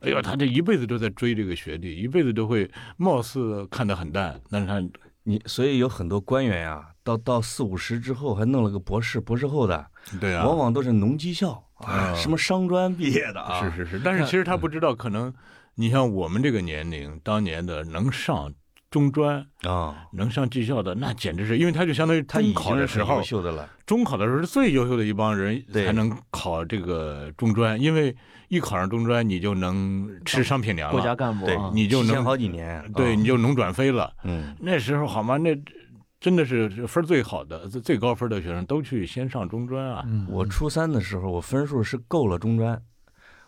C: 哎呦，他这一辈子都在追这个学历，一辈子都会貌似看得很淡，但是他
B: 你所以有很多官员啊，到到四五十之后还弄了个博士、博士后的，
C: 对啊，
B: 往往都是农技校啊，
C: 啊
B: 什么商专毕业的啊，
C: 是是是，但是
A: 那
C: 其实他不知道，可能你像我们这个年龄，当年的能上中专、
B: 啊，
C: 能上技校的，那简直是因为他就相当于
B: 他
C: 中
B: 已
C: 考
B: 经
C: 的
B: 是
C: 时
B: 很优
C: 候，
B: 秀的了，
C: 中考的时候是最优秀的一帮人
B: 对
C: 才能考这个中专，因为一考上中专，你就能吃商品粮
A: 国家
C: 了，
A: 干部
B: 对
A: 啊，
C: 你就
B: 提前
C: 能
B: 好几年，
C: 对，
B: 嗯
C: 你就能转非了。
B: 嗯，
C: 那时候好吗？那真的是分儿最好的、最最高分的学生都去先上中专啊。
A: 嗯
B: 我初三的时候，我分数是够了中专。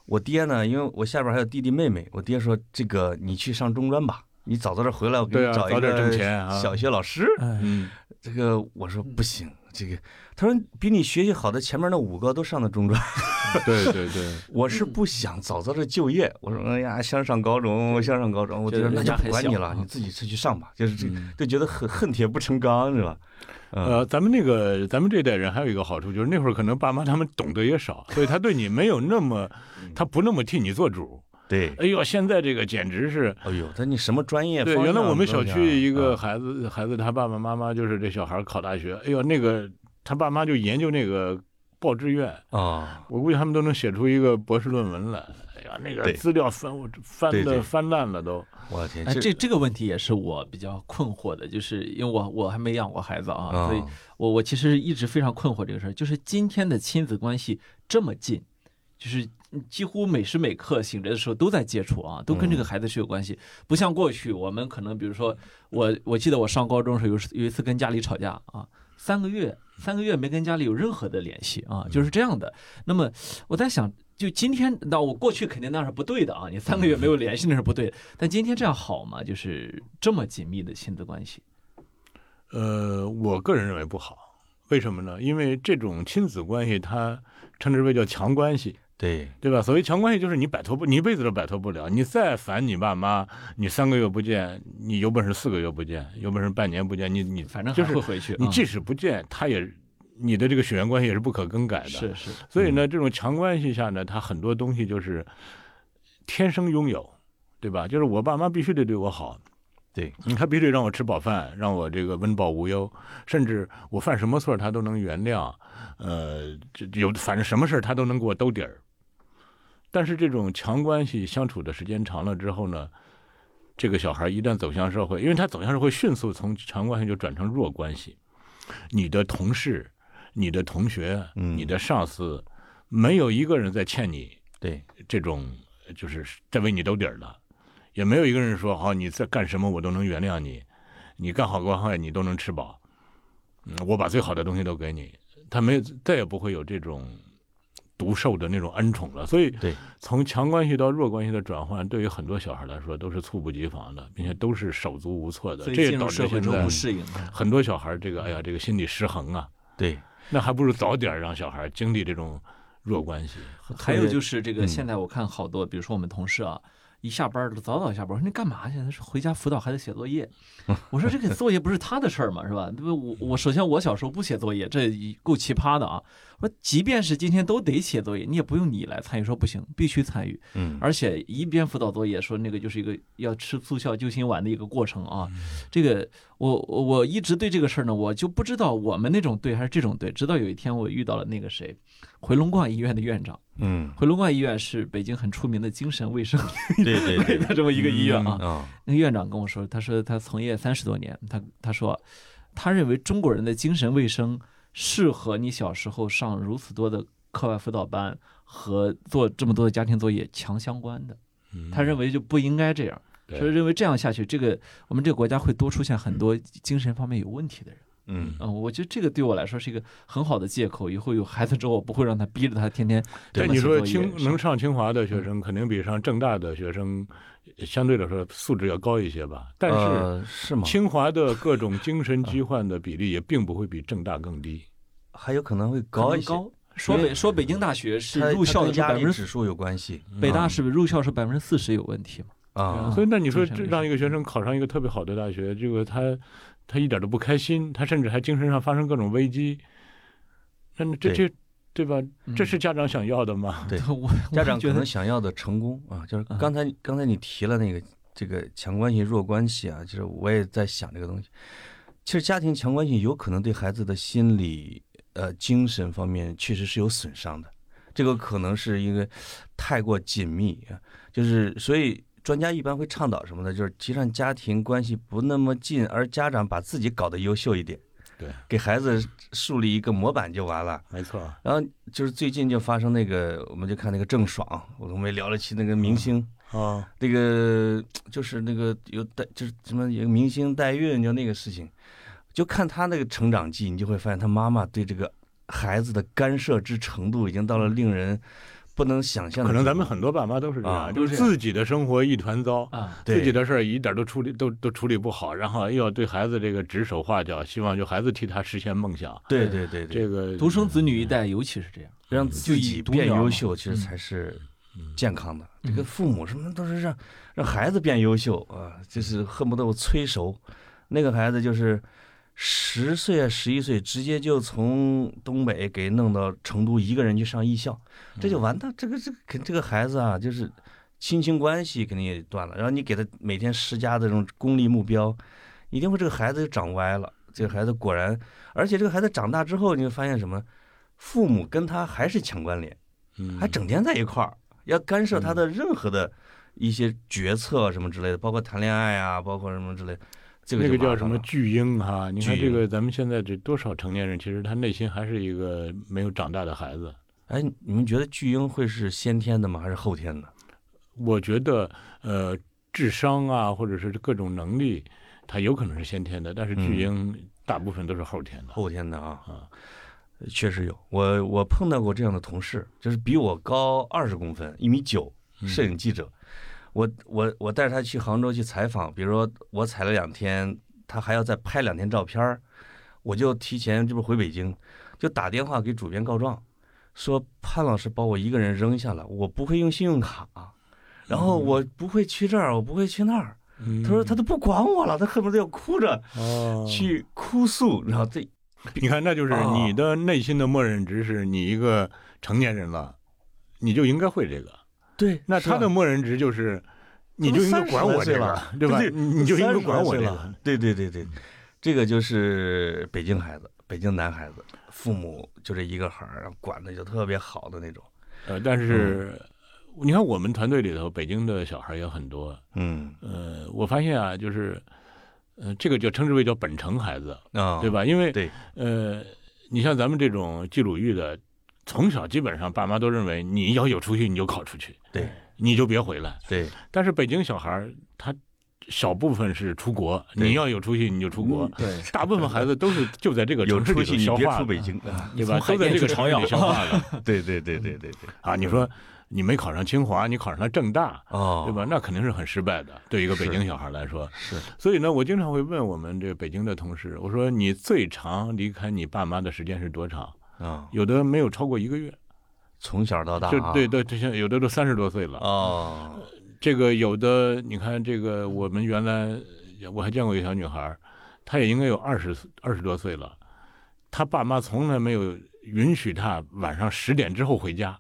B: 我爹呢，因为我下边还有弟弟妹妹，我爹说：“这个你去上中专吧，你早早点回来，我给
C: 对
B: 你
C: 啊
B: 找一
C: 早点
B: 个
C: 挣钱啊
B: 小学老师。
A: 哎
C: 嗯，
B: 这个我说不行，这个他说比你学习好的前面那五个都上的中专，
C: 对对对，
B: 我是不想早早的就业。我说哎呀，想上高中，想上高中，我觉得
A: 就是
B: 那
A: 人
B: 就
A: 家
B: 不管
A: 还
B: 你
A: 小
B: 了，
A: 啊
B: 你自己去去上吧，就是这
C: 嗯
B: 就觉得恨恨铁不成钢是吧？嗯
C: 呃，咱们那个，咱们这代人还有一个好处，就是那会儿可能爸妈他们懂得也少，所以他对你没有那么，他不那么替你做主。
B: 对，
C: 哎呦，现在这个简直是，
B: 哎呦，他你什么专业？
C: 对，
B: 方
C: 原来
B: 向
C: 我们
B: 都
C: 小
B: 想
C: 区一
B: 啊
C: 个孩子，孩子他爸爸妈妈就是这小孩考大学，哎呦，那个他爸妈就研究那个报志愿，
B: 啊，
C: 我估计他们都能写出一个博士论文来。哎呀，那个
B: 对
C: 资料翻我翻
B: 对对
C: 的翻烂了都。
B: 我的天，
A: 哎，这这个问题也是我比较困惑的，就是因为我我还没养过孩子啊，
B: 啊
A: 所以我我其实一直非常困惑这个事儿，就是今天的亲子关系这么近，就是几乎每时每刻醒着的时候都在接触啊，都
C: 嗯
A: 跟这个孩子是有关系，不像过去我们可能比如说我我记得我上高中的时候有一有一次跟家里吵架啊，三个月三个月没跟家里有任何的联系啊，
C: 嗯
A: 就是这样的。那么我在想。就今天，那我过去肯定那是不对的啊！你三个月没有联系那是不对的，但今天这样好吗？就是这么紧密的亲子关系，
C: 呃，我个人认为不好，为什么呢？因为这种亲子关系，它称之为叫强关系。
B: 对
C: 对吧？所谓强关系就是你摆脱不，你一辈子都摆脱不了。你再烦你爸妈，你三个月不见，你有本事四个月不见，有本事半年不见，你你
A: 反正
C: 就
A: 还
C: 是
A: 会回去啊。
C: 你即使不见，他也你的这个血缘关系也是不可更改的。
A: 是，嗯是，
C: 所以呢，这种强关系下呢，他很多东西就是天生拥有，对吧？就是我爸妈必须得对我好，
B: 对，
C: 嗯他必须得让我吃饱饭，让我这个温饱无忧，甚至我犯什么错儿他都能原谅，呃，这有反正什么事儿他都能给我兜底儿。但是这种强关系相处的时间长了之后呢，这个小孩一旦走向社会，因为他走向社会迅速从强关系就转成弱关系，你的同事、你的同学、
B: 嗯
C: 你的上司，没有一个人在欠你
B: 对，
C: 这种呃就是在为你兜底儿的，也没有一个人说好你在干什么我都能原谅你，你干好干坏你都能吃饱，嗯，我把最好的东西都给你，他没有再也不会有这种独受的那种恩宠了。所以，
B: 对
C: 从强关系到弱关系的转换，对于很多小孩来说都是猝不及防的，并且都是手足无措的。
A: 所以
C: 这也
A: 进
C: 导
A: 入
C: 致
A: 社会
C: 现
A: 之后
C: 在
A: 不适应。啊
C: 很多小孩这个哎呀这个心理失衡啊，
B: 对，
C: 那还不如早点让小孩经历这种弱关系。
A: 还有就是这个，
B: 嗯
A: 现在我看好多，比如说我们同事啊，一下班儿都早早下班儿，我说你干嘛去？他说回家辅导孩子写作业。 我说这个作业不是他的事儿嘛，是吧？对吧？我我首先我小时候不写作业，这一够奇葩的啊。我说即便是今天都得写作业，你也不用你来参与，说不行，必须参与。
B: 嗯，
A: 而且一边辅导作业，说那个就是一个要吃速效救心丸的一个过程啊。这个我我我一直对这个事儿呢，我就不知道我们那种对还是这种对，直到有一天我遇到了那个谁，回龙观医院的院长。
B: 嗯，
A: 回龙观医院是北京很出名的精神卫生
B: 对对对，
A: 的这 么一个医院啊。
B: 啊，
A: 那个院长跟我说，他说他从业三十多年，他他说他认为中国人的精神卫生适合你小时候上如此多的课外辅导班和做这么多的家庭作业强相关的。
C: 嗯
A: 他认为就不应该这样，
C: 对
A: 所以认为这样下去，这个我们这个国家会多出现很多精神方面有问题的人。
B: 嗯，
A: 嗯，我觉得这个对我来说是一个很好的借口。以后有孩子之后，我不会让他逼着他天天这
C: 但
A: 么
C: 你
A: 写作业。
C: 说清
A: 是吧嗯
C: 能上清华的学生，肯定比上正大的学生呃相对来说素质要高一些吧？但是
B: 呃是吗？
C: 清华的各种精神疾患的比例也并不会比正大更低。
B: 还有可能会
A: 可能
B: 高一些。嗯
A: 高。说北说北京大学是入校的时候
B: 压
A: 百
B: 力
A: 分之
B: 指数有关系嗯
A: 北
C: 嗯
A: 大是不是入校是百分之四十有问题嘛？
B: 啊，
C: 所以那你说
A: 正常也是
C: 这
A: 嗯
C: 让一个学生考上一个特别好的大学，这个他他一点都不开心，他甚至还精神上发生各种危机，那那这
B: 对
C: 这对吧？
A: 嗯
C: 这是家长想要的吗？
B: 对
A: 我
B: 家长
A: 我觉得
B: 可能想要的成功啊，就是
A: 嗯
B: 刚才、刚才你提了那个这个强关系弱关系啊，就是我也在想这个东西。其实家庭强关系有可能对孩子的心理呃精神方面确实是有损伤的，这个可能是因为太过紧密啊，就是所以专家一般会倡导什么呢？就是提倡家庭关系不那么近，而家长把自己搞得优秀一点，
C: 对，
B: 给孩子树立一个模板就完了。
C: 没错，
B: 然后就是最近就发生那个，我们就看那个郑爽，我们也聊了期那个明星，
C: 啊，
B: 那个就是那个有代就是什么有个明星代孕，就那个事情，就看他那个成长记，你就会发现他妈妈对这个孩子的干涉之程度已经到了令人不能想象的地步。
C: 可能咱们很多爸妈都是这
B: 啊
C: 样，
A: 都
C: 就是是
A: 这样
C: 自己的生活一团糟。
A: 啊，
B: 对
C: 自己的事儿一点都处理都都处理不好，然后又要对孩子这个指手画脚，希望就孩子替他实现梦想。
B: 对对对对，
C: 这个
A: 独生子女一代尤其是这样，
B: 让
A: 就
B: 自
A: 以
B: 己
A: 独
B: 变
A: 苗嘛
B: 优秀，其实
C: 嗯
B: 才是健康的。这个父母什么都是让让孩子变优秀啊，就是恨不得我催熟。那个孩子就是十岁啊，十一岁，直接就从东北给弄到成都，一个人去上艺校，这就完蛋。这个这个肯这个孩子啊，就是亲情关系肯定也断了。然后你给他每天施加的这种功利目标，一定会这个孩子就长歪了。这个孩子果然，而且这个孩子长大之后，你会发现什么？父母跟他还是强关联，
C: 嗯
B: 还整天在一块儿，要干涉他的任何的一些决策什么之类的，包括谈恋爱啊，包括什么之类的。这
C: 那
B: 就
C: 个
B: 麻烦
C: 叫什么
B: 了
C: 巨婴哈、你看
B: 巨
C: 这
B: 婴
C: 个，咱们现在这多少成年人，其实他内心还是一个没有长大的孩子。
B: 哎，你们觉得巨婴会是先天的吗？还是后天
C: 啊
B: 的？
C: 我觉得，呃，智商啊，或者是各种能力，他有可能是先天的，但是
B: 嗯
C: 巨婴大部分都是后天的。
B: 后天的啊，
C: 啊
B: 确实有。我我碰到过这样的同事，就是比我高二十公分，一米九，
C: 嗯
B: 摄影记者。我我我带着他去杭州去采访，比如说我采了两天，他还要再拍两天照片儿，我就提前这不回北京，就打电话给主编告状，说潘老师把我一个人扔下了，我不会用信用卡，然后我不会去这儿，我不会去那儿。
C: 嗯
B: 他说他都不管我了，他恨不得要哭着
C: 哦，
B: 去哭诉，然后这
C: 你看，那就是
B: 哦
C: 你的内心的默认值是你一个成年人了，你就应该会这个。
B: 对，
C: 那
B: 是啊
C: 他的默认值就是，你
B: 都
C: 就应该
B: 30
C: 管我
B: 来岁
C: 这个
B: 了，
C: 对 吧？
B: 对
C: 你就应该管我这
B: 30来岁
C: 个
B: 了。对对对对，这个就是北京孩子，北京男孩子，父母就这一个孩儿，管的就特别好的那种。
C: 呃，但是
B: 嗯
C: 你看我们团队里头，北京的小孩也很多。
B: 嗯
C: 呃，我发现啊，就是，呃，这个就称之为叫本城孩子，
B: 啊，
C: 对？吧？因为
B: 对，
C: 呃，你像咱们这种记鲁豫的，从小基本上爸妈都认为你要有出息你就考出去，
B: 对，
C: 你就别回来。
B: 对，
C: 但是北京小孩儿他小部分是出国，
B: 对嗯
C: 你要有出息你就出国，
A: 对，
C: 大部分孩子都是就在这个
B: 有
C: 城市
B: 出
C: 里
B: 息
C: 头
B: 你
C: 消
B: 别
C: 化
B: 出
C: 了，
B: 北京啊！
C: 对吧？
A: 从海
C: 都在
A: 淀
C: 这个
A: 去
C: 城
A: 朝
C: 市里
A: 阳
C: 消化了
B: 对对对对对对，
C: 啊！你说你没考上清华，你考上了正大，
B: 哦，
C: 对吧？那肯定是很失败的，对一个北京小孩来说。
B: 是，
C: 所以呢，我经常会问我们这北京的同事，我说你最长离开你爸妈的时间是多长？
B: 啊，
C: 有的没有超过一个月，
B: 从小到大
C: 就
B: 啊，
C: 对对，就像有的都三十多岁了。
B: 哦，
C: 这个有的，你看这个，我们原来我还见过一个小女孩儿，她也应该有二十二十多岁了，她爸妈从来没有允许她晚上十点之后回家，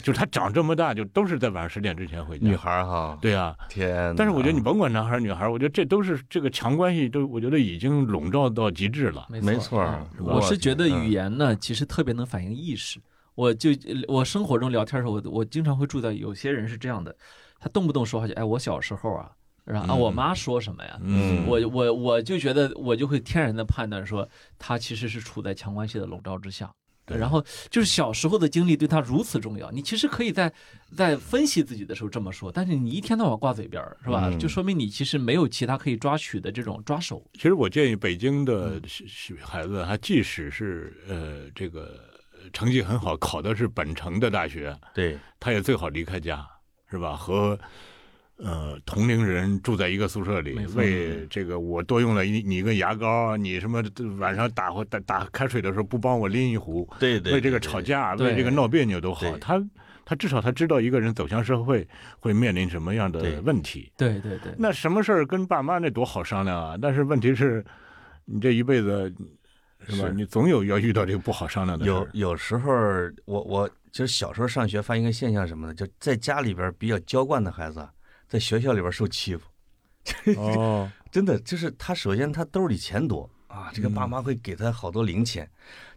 C: 就是她长这么大就都是在晚上十点之前回家。
B: 哦女孩儿嗯哈，
C: 对啊，
B: 天哪，
C: 但是我觉得你甭管男孩儿女孩儿，我觉得这都是这个强关系都，我觉得已经笼罩到极致了。
A: 没啊
B: 没错儿，嗯
A: 我是觉得语
B: 言
A: 言呢，其实特别能反映意识。我就我生活中聊天的时候，我我经常会注意到有些人是这样的，他动不动说话就哎，我小时候啊，然后啊，
B: 嗯
A: 我妈说什么呀？
B: 嗯
A: 我我我就觉得我就会天然的判断说，他其实是处在强关系的笼罩之下。
C: 对
A: 然后就是小时候的经历对他如此重要，你其实可以在在分析自己的时候这么说，但是你一天到晚挂嘴边儿，是吧？
B: 嗯
A: 就说明你其实没有其他可以抓取的这种抓手。
C: 其实我建议北京
B: 嗯
C: 的小小孩子，他即使是呃这个呃成绩很好，考的是本城的大学，
B: 对
C: 他也最好离开家，是吧？和呃，同龄人住在一个宿舍里
A: 没，错
C: 为这个我多用了一你一个牙膏，你什么晚上打火打打开水的时候不帮我拎一壶，
B: 对对，
C: 为这个
B: 对
C: 吵，架，
A: 对
C: 为这个闹别扭都好
B: 对。
C: 他他至少他知道一个人走向社会会面临什么样
B: 对
C: 的问题。
A: 对对对，
C: 那什么事儿跟爸妈那多好商量啊！但是问题是，你这一辈子是吧？
B: 是
C: 你总有要遇到这个不好商量的事
B: 有
C: 儿。
B: 有时候儿我我就是小时候上学发现一个现象什么呢？就在家里边儿比较娇惯的孩子啊，在学校里边儿受欺负，
C: 哦，
B: 真的就是他首先他兜里钱多啊，这个
C: 嗯
B: 爸妈会给他好多零钱，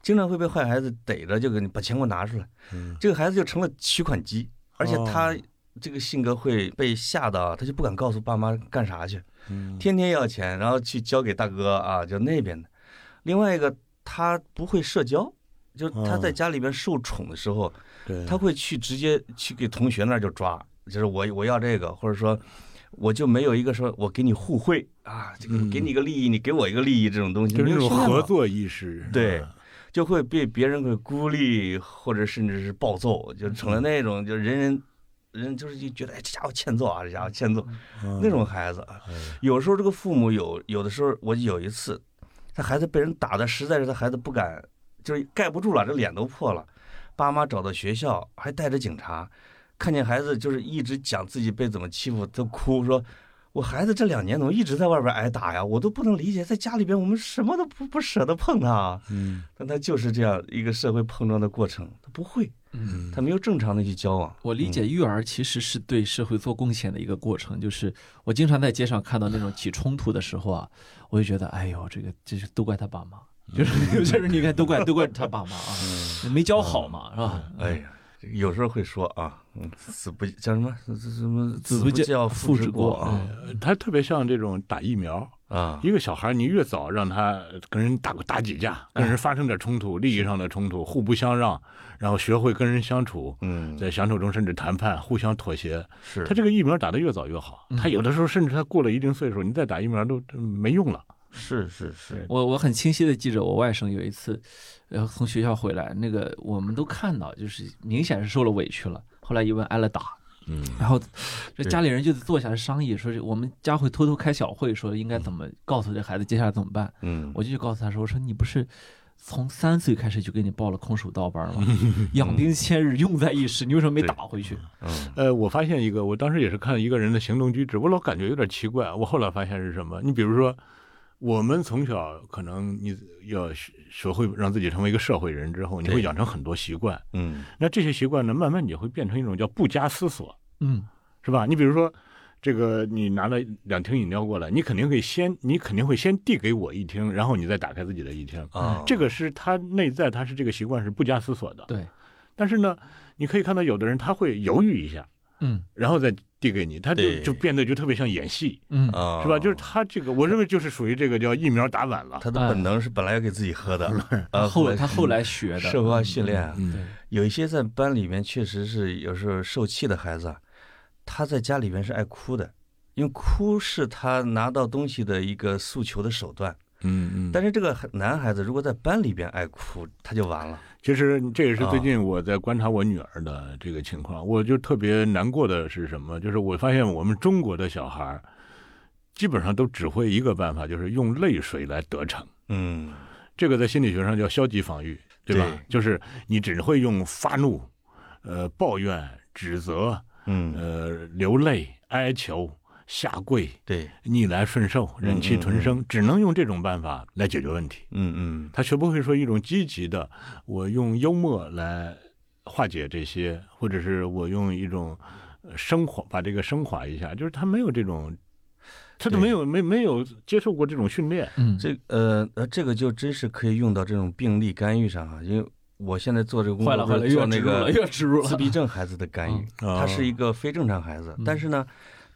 B: 经常会被坏孩子逮着就给你把钱给我拿出来，
C: 嗯
B: 这个孩子就成了取款机，而且
C: 哦
B: 他这个性格会被吓到啊，他就不敢告诉爸妈干啥去。
C: 嗯
B: 天天要钱，然后去交给大哥啊，就那边的。另外一个，他不会社交，就是他
C: 嗯
B: 在家里边受宠的时候，
C: 对，
B: 他会去直接去给同学那儿就抓，就是我我要这个，或者说我就没有一个说我给你互惠啊，这个
C: 嗯
B: 给你一个利益，你给我一个利益这种东西，
C: 就是
B: 没
C: 那
B: 有
C: 种
B: 商量好
C: 合作意识。
B: 对
C: 嗯
B: 就会被别人给孤立，或者甚至是暴揍，就成了
C: 嗯
B: 那种就人人人就是就觉得哎这家伙欠揍啊，这家伙欠
C: 嗯
B: 揍。那种孩子，有时候这个父母有有的时候，我有一次，他孩子被人打的，实在是他孩子不敢，就是盖不住了，这脸都破了。爸妈找到学校，还带着警察，看见孩子就是一直讲自己被怎么欺负，都哭说：“我孩子这两年怎么一直在外边挨打呀？我都不能理解，在家里边我们什么都不不舍得碰他啊，
C: 嗯
B: 但他就是这样一个社会碰撞的过程，他不会，
A: 嗯，
B: 他没有正常的去交往。
A: 我理解育儿其实是对社会做贡献的一个过程，就是我经常在街上看到那种起冲突的时候啊，我就觉得，哎呦，这个这是都怪他爸妈， 就是有些人你看都怪都怪他爸妈啊，没教好嘛，是吧？
B: 哎呀，
C: 嗯
B: 有时候会说啊，嗯，子不叫什么什什么
A: 子
B: 子
A: 不
B: 不
A: 教
B: 教
A: 父
B: 父
A: 之
B: 之
A: 过嗯
B: 过啊
C: 呃他特别像这种打疫苗，
B: 啊，
C: 一个小孩，你越早让他跟人打打几架，跟人发生点冲突，利益上的冲突，互不相让，然后学会跟人相处，
B: 嗯，
C: 在相处中甚至谈判，互相妥协。
B: 是
C: 他这个疫苗打得越早越好
A: 嗯。
C: 他有的时候甚至他过了一定岁数，你再打疫苗都都没用了。
B: 是是是，
A: 我我很清晰的记着，我外甥有一次，然后从学校回来，那个我们都看到，就是明显是受了委屈了，后来一问挨了打，
C: 嗯，
A: 然后这家里人就坐下来商议，说是我们家会偷偷开小会，说应该怎么告诉这孩子接下来怎么办。
B: 嗯，
A: 我就去告诉他说：“我说你不是从三岁开始就给你报了空手道班 吗？养兵千日，用在一时，你为什么没打回去
B: 嗯
C: 呃，我发现一个，我当时也是看一个人的行动机制，我老感觉有点奇怪。我后来发现是什么？你比如说，我们从小可能你要学学会让自己成为一个社会人之后，你会
B: 对
C: 养成很多习惯。
B: 嗯
C: 那这些习惯呢，慢慢你会变成一种叫不加思索，？”
A: 嗯，
C: 是吧？你比如说，这个你拿了两听饮料过来，你肯定会先，你肯定会先递给我一听，然后你再打开自己的一听。
B: 啊，
C: 嗯这个是他内在，他是这个习惯是不加思索的。
A: 对，
C: 但是呢，你可以看到有的人他会犹豫一下，
A: 嗯
C: 然后再递给你，他就
B: 对
C: 就变得就特别像演戏，
A: 嗯，
B: 啊
C: 是吧？就是他这个，我认为就是属于这个叫疫苗打晚了。
B: 他的本能是本来要给自己喝的， 啊，
A: 后来他后来学的，
B: 社会化训练啊，
A: 对
C: 嗯，
B: 有一些在班里面确实是有时候受气的孩子，啊，他在家里面是爱哭的，因为哭是他拿到东西的一个诉求的手段。
C: 嗯嗯
B: 但是这个男孩子如果在班里边爱哭，他就完了。
C: 其实这也是最近我在观察我女儿的这个情况，我就特别难过的是什么？就是我发现我们中国的小孩儿基本上都只会一个办法，就是用泪水来得逞。
B: 嗯，
C: 这个在心理学上叫消极防御，对吧？
B: 对
C: 就是你只会用发怒、呃抱怨、指责、
B: 嗯，
C: 呃流泪、哀求、下跪、
B: 对，
C: 逆来顺受、忍气吞声，只能用这种办法来解决问题。
B: 嗯嗯，
C: 他学不会说一种积极的，我用幽默来化解这些，或者是我用一种呃升华把这个升华一下，就是他没有这种，他都
B: 对
C: 没有没没有接受过这种训练。
A: 嗯，
B: 这呃呃，这个就真是可以用到这种病例干预上啊，因为我现在做这个工
A: 坏了
B: 作不
A: 坏
B: 是
A: 了，又
B: 做那
A: 植入了，
B: 个
A: 又植入了
B: 自，闭症孩子的干预，
C: 嗯
B: 他是一个非正常孩子，
A: 嗯
B: 但是呢，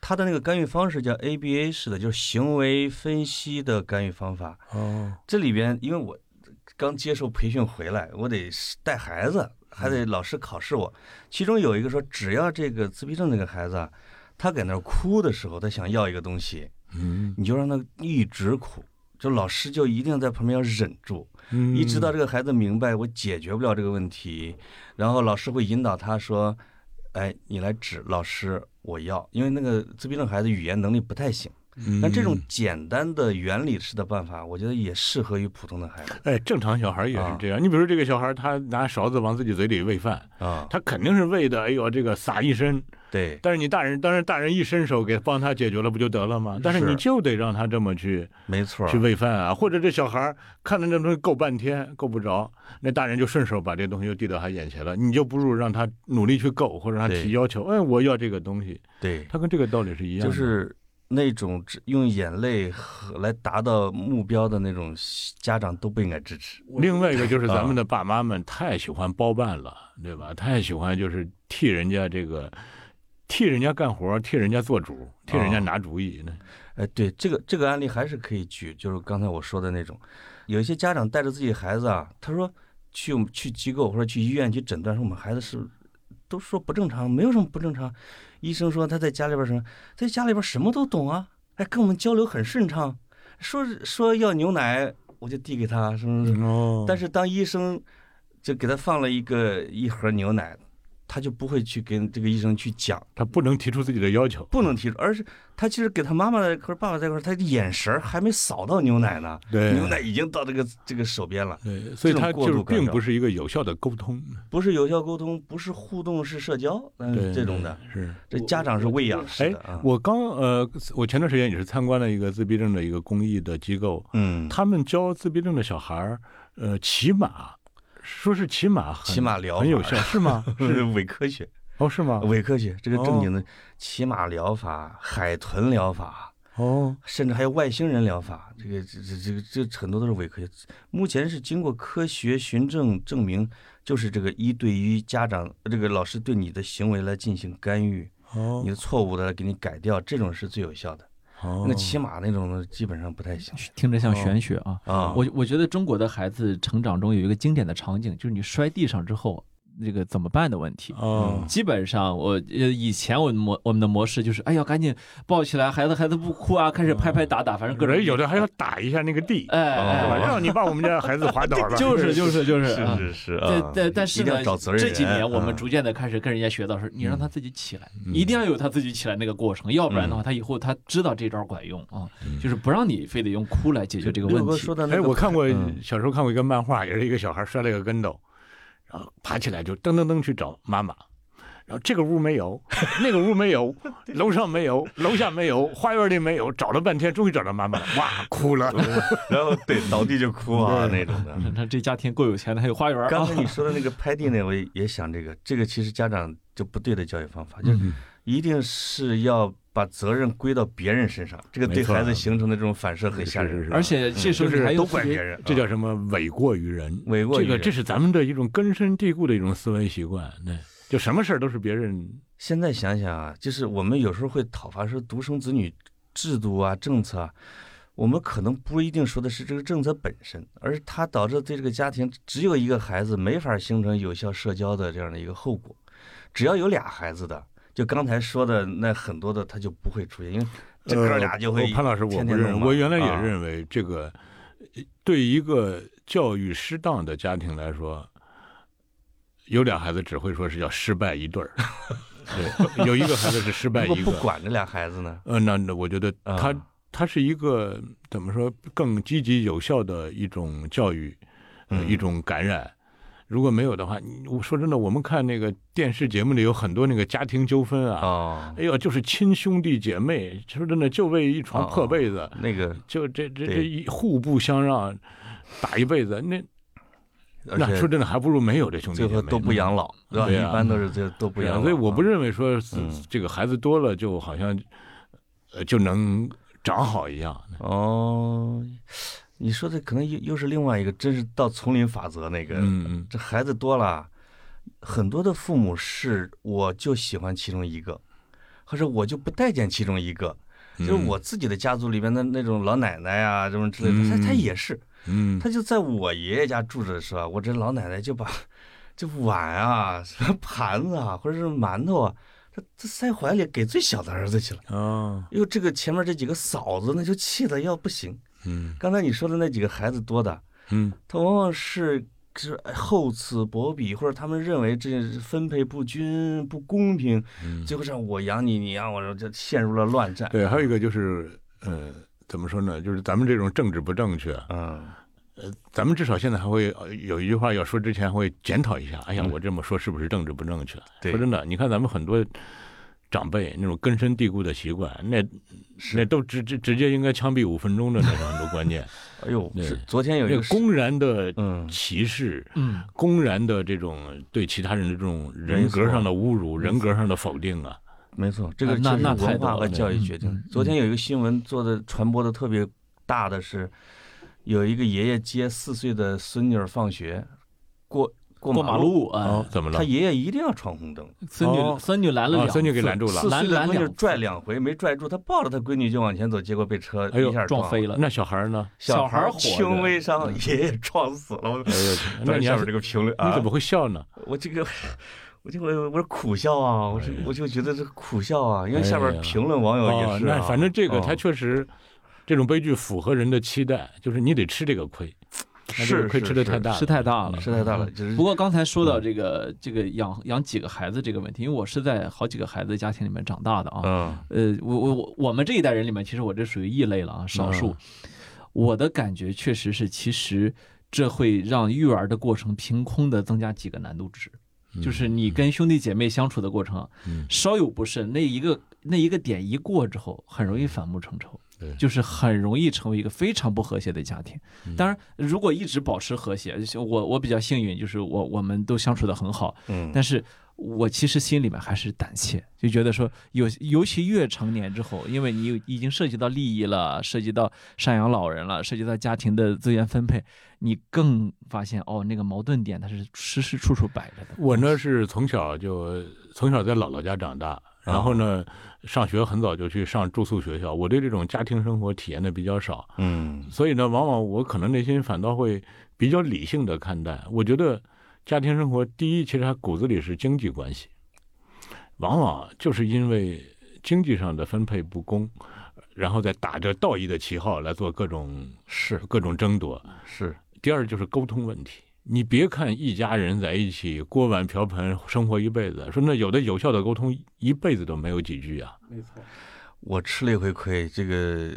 B: 他的那个干预方式叫 ABA 式的，就是行为分析的干预方法。
C: 哦，
B: 这里边因为我刚接受培训回来，我得带孩子，还得老师考试我。其中有一个说，只要这个自闭症这个孩子啊，他在那儿哭的时候，他想要一个东西，
C: 嗯，
B: 你就让他一直哭，就老师就一定在旁边要忍住，
C: 嗯
B: 一直到这个孩子明白我解决不了这个问题，然后老师会引导他说。哎，你来指老师，我要，因为那个自闭症孩子语言能力不太行，
C: 嗯
B: 但这种简单的原理式的办法，我觉得也适合于普通的孩子
C: 哎，正常小孩也是这样。你比如说这个小孩，他拿勺子往自己嘴里喂饭，
B: 啊。
C: 他肯定是喂的，哎呦，这个撒一身。
B: 对，
C: 但是你大人，当然大人一伸手给帮他解决了，不就得了吗？但是
B: 是
C: 你就得让他这么去
B: 没错儿
C: 去，喂饭啊，或者这小孩儿看着那东西够半天够不着，那大人就顺手把这东西就递到他眼前了，你就不如让他努力去够，或者让他
B: 对
C: 提要求，哎，我要这个东西，
B: 对，
C: 他跟这个道理是一样
B: 就
C: 的。
B: 是那种只用眼泪和来达到目标的那种家长都不应该支持。
C: 另外一个就是咱们的爸妈们太喜欢包办了，对吧？太喜欢就是替人家这个，替人家干活，替人家做主，替人家拿主意呢。
B: 哎，对，这个这个案例还是可以举，就是刚才我说的那种，有一些家长带着自己孩子啊，他说去我们去机构或者去医院去诊断，说我们孩子是都说不正常，没有什么不正常，医生说他在家里边儿什么，在家里边儿什么都懂啊，哎，跟我们交流很顺畅，说说要牛奶我就递给他，什么什么，
C: 哦
B: 但是当医生就给他放了一个一盒牛奶，他就不会去跟这个医生去讲。
C: 他不能提出自己的要求，
B: 不能提出，而是他其实给他妈妈在一块儿、爸爸在一块儿，他的眼神儿还没扫到牛奶呢，
C: 对
B: 牛奶已经到这个这个手边了，
C: 对，所
B: 这
C: 以
B: 种
C: 他
B: 过
C: 就
B: 度
C: 是
B: 干
C: 并
B: 扰
C: 不是一个有效的沟通，
B: 不是有效沟通，不是互动，是社交，嗯，
C: 对
B: 这种的，
C: 是。
B: 这家长是喂养式
C: 哎
B: 的啊，，
C: 我刚呃，我前段时间也是参观了一个自闭症的一个公益的机构，
B: 嗯，
C: 他们教自闭症的小孩儿呃骑马，说是骑马很
B: 骑马疗
C: 很有
B: 法
C: 效，是吗？
B: 是
C: 是
B: 伪科学，
C: 哦，是吗？
B: 伪科学，这个
C: 哦
B: 正经的骑马疗法、海豚疗法，
C: 哦，
B: 甚至还有外星人疗法，这个这这这个这很多都是伪科学。目前是经过科学循证证明，就是这个一对一家长这个老师对你的行为来进行干预，
C: 哦
B: 你的错误的来给你改掉，这种是最有效的。
C: 哦
B: 那骑马那种的基本上不太行
A: 听着像玄学啊。
B: 啊。
A: 我我觉得中国的孩子成长中有一个经典的场景，就是你摔地上之后，那个怎么办的问题。
B: 嗯
C: 哦，
A: 基本上我呃以前我的模我们的模式就是，哎呀，赶紧抱起来，孩子孩子不哭啊，开始拍拍打打，反正各
C: 有
A: 种
C: 人有的还要打一下那个地，
A: 哎
C: 是吧
A: 哎，
C: 让你把我们家孩子滑倒 了，
A: 就是就是就是。啊
B: 哦是是是
A: 对
B: 啊，
A: 对，但是
B: 一定
A: 呢
B: 要找责，任
A: 这
B: 人。
A: 几年我们
B: 啊
A: 逐渐的开始跟人家学到说，你让他自己起来，
C: 嗯
A: 一定要有他自己起来那个过程，要不然的话，
B: 嗯
A: 他以后他知道这招管用啊，就是不让你非得用哭来解决这个
B: 六
A: 问
B: 哥
A: 题
B: 说。的那
C: 哎，
B: 个，
C: 我看过
B: 嗯
C: 小时候看过一个漫画，也是一个小孩摔了一个跟头，然后爬起来就噔噔噔去找妈妈。然后这个屋没有，那个屋没有，楼上没有，楼下没有，花园里没有，找了半天，终于找到妈妈了，哇，哭 了。
B: 然后对倒地就哭啊那
C: 对
B: 种 的。
A: 你看这家庭够有钱的，还有花园啊。
B: 刚才你说的那个拍地那，
C: 嗯
B: 我也也想这个，这个其实家长就不对的教育方法，就是
C: 嗯
B: 一定是要把责任归到别人身上，这个对
C: 没错
B: 孩子形成的这种反射很吓人，啊
C: 是是是
A: 而且这时候你
C: 就是
A: 还有
B: 都
A: 特
B: 怪
A: 别
B: 别人，
C: 这叫什么？诿过于人。
B: 伪过于啊
C: 这个
B: 人。
C: 这是咱们的一种根深蒂固的一种思维习惯，那就什么事儿都是别人
B: 现在想想啊，就是我们有时候会讨伐说独生子女制度啊、政策啊，我们可能不一定说的是这个政策本身，而是它导致对这个家庭只有一个孩子没法形成有效社交的这样的一个后果。只要有俩孩子的，就刚才说的那很多的，他就不会出现，因为这哥俩就会
C: 呃、潘老师，我
B: 天
C: 不
B: 天
C: 认
B: 弄
C: 为，
B: 嘛
C: 我原来
B: 啊
C: 也认为这个、呃对一个教育失当的家庭来说，有俩孩子只会说是叫失败一对 儿，对，有一个孩子是失败
B: 如果
C: 一
B: 不
C: 个。
B: 管这俩孩子呢，
C: 呃，那那我觉得
B: 啊
C: 他、他是一个怎么说更积极有效的一种教育，呃
B: 嗯
C: 一种感染。如果没有的话，你我说真的，我们看那个电视节目里有很多那个家庭纠纷啊，
B: 哦，
C: 哎呦，就是亲兄弟姐妹，说真的，就为一床破被子，
B: 那个
C: 就这这这
B: 哦对
C: 一互不相让，打一辈子，那
B: 而
C: 那说
B: 且
C: 真的，还不如没有这兄弟
B: 最
C: 姐妹
B: 后
C: 呢
B: 都不养老，对吧？
C: 对啊
B: 一般都是这都不
C: 对啊
B: 养老，
C: 所以我不
B: 啊
C: 认为说是
B: 嗯
C: 这个孩子多了就好像呃就能长好一样。
B: 哦，你说的可能又又是另外一个，真是到丛林法则那个，
C: 嗯嗯，
B: 这孩子多了，很多的父母是我就喜欢其中一个，或者我就不待见其中一个，
C: 嗯
B: 就是我自己的家族里边的那种老奶奶啊，什么之类的，她她
C: 嗯
B: 也是，
C: 嗯，
B: 她就在我爷爷家住着的时候啊，我这老奶奶就把这碗啊、什么盘子啊，或者是馒头啊，她她塞怀里给最小的儿子去了。
C: 啊，
B: 哟，这个前面这几个嫂子那就气得要不行。
C: 嗯
B: 刚才你说的那几个孩子多的，
C: 嗯
B: 他往往是这厚此薄彼，或者他们认为这分配不均、不公平，
C: 嗯
B: 最后让我养你，你养我，这陷入了乱战。
C: 对，还有一个就是，呃，怎么说呢？就是咱们这种政治不正确，
B: 嗯，
C: 咱们至少现在还会呃有一句话要说之前会检讨一下，哎呀
B: 嗯，
C: 我这么说是不是政治不正确？
B: 对
C: 说真的，你看咱们很多长辈那种根深蒂固的习惯，那那都直直直接应该枪毙五分钟的那种很多 观念，
B: 哎呦，
C: 对
B: 是昨天有一
C: 那
B: 个
C: 个公然的
B: 嗯
C: 歧视。
A: 嗯，
C: 公然的这种对其他人的这种人格上的侮辱、人格上的否定啊，
B: 没错，这个
A: 啊那
B: 就是
A: 那太
B: 文
A: 多
B: 化和
A: 了
B: 教育
A: 嗯
B: 决定的
A: 嗯。
B: 昨天有一个新闻做的传播的特别大的是，有一个爷爷接四岁的孙女儿放学，过过
A: 过马，路啊
C: 哦，，怎么了
B: 哎他？爷爷一定要闯红灯，
A: 孙
C: 哦
A: 女孙女拦了
C: 哦
A: 两次，
C: 孙女给拦住了
B: 四岁
A: 拦
B: 的
A: 拦
B: 闺女
A: 两
B: 拽两回没拽住，他抱着他闺女就往前走，结果被车
C: 哎呦
B: 一下
A: 撞飞。了。
C: 那小孩呢？
B: 小
A: 小孩
B: 孩
A: 活着
B: 轻微伤，爷爷撞死了。我
C: 嗯 哎呦，那
B: 当时
C: 你
B: 下
C: 要
B: 面
C: 是
B: 这个评论啊，
C: 你怎么会笑呢？
B: 我这个，我就我我是苦笑啊，我是
C: 哎呀
B: 我就觉得这苦笑啊，因为下
C: 哎
B: 边
C: 呀
B: 评论网友也
C: 哦，
B: 是啊、
C: 那反正这个
B: 哦
C: 他确实，这种悲剧符合人的期待，就是你得吃这个亏，那这
B: 是
C: 个亏
B: 是
C: 吃
B: 是
C: 的太大了，嗯
A: 吃太大了
B: 是太大了，就是
A: 不过刚才说到这个这个养养几个孩子这个问题，因为我是在好几个孩子的家庭里面长大的啊。
B: 嗯
A: 呃，我我我我们这一代人里面，其实我这属于异类了啊，少数。我的感觉确实是，其实这会让育儿的过程凭空的增加几个难度值，
C: 嗯
A: 就是你跟兄弟姐妹相处的过程啊
C: 嗯，
A: 稍有不慎，那一个那一个点一过之后，很容易反目成仇
C: 对。
A: 就是很容易成为一个非常不和谐的家庭。
C: 嗯
A: 当然，如果一直保持和谐，就我我比较幸运，就是我我们都相处的很好，
B: 嗯，
A: 但是我其实心里面还是胆怯，就觉得说有，尤其越成年之后，因为你已经涉及到利益了，涉及到赡养老人了，涉及到家庭的资源分配，你更发现哦，那个矛盾点它是时时处处摆着的。
C: 我呢是从小就从小在姥姥家长大，然后呢
B: 啊
C: 上学很早就去上住宿学校，我对这种家庭生活体验的比较少，
B: 嗯
C: 所以呢，往往我可能内心反倒会比较理性的看待。我觉得家庭生活第一，其实它骨子里是经济关系，往往就是因为经济上的分配不公，然后再打着道义的旗号来做各种
B: 是
C: 各种争夺。
B: 是
C: 第二就是沟通问题。你别看一家人在一起锅碗瓢盆生活一辈子，说那有的有效的沟通一辈子都没有几句啊。
A: 没错，
B: 我吃了一回亏，这个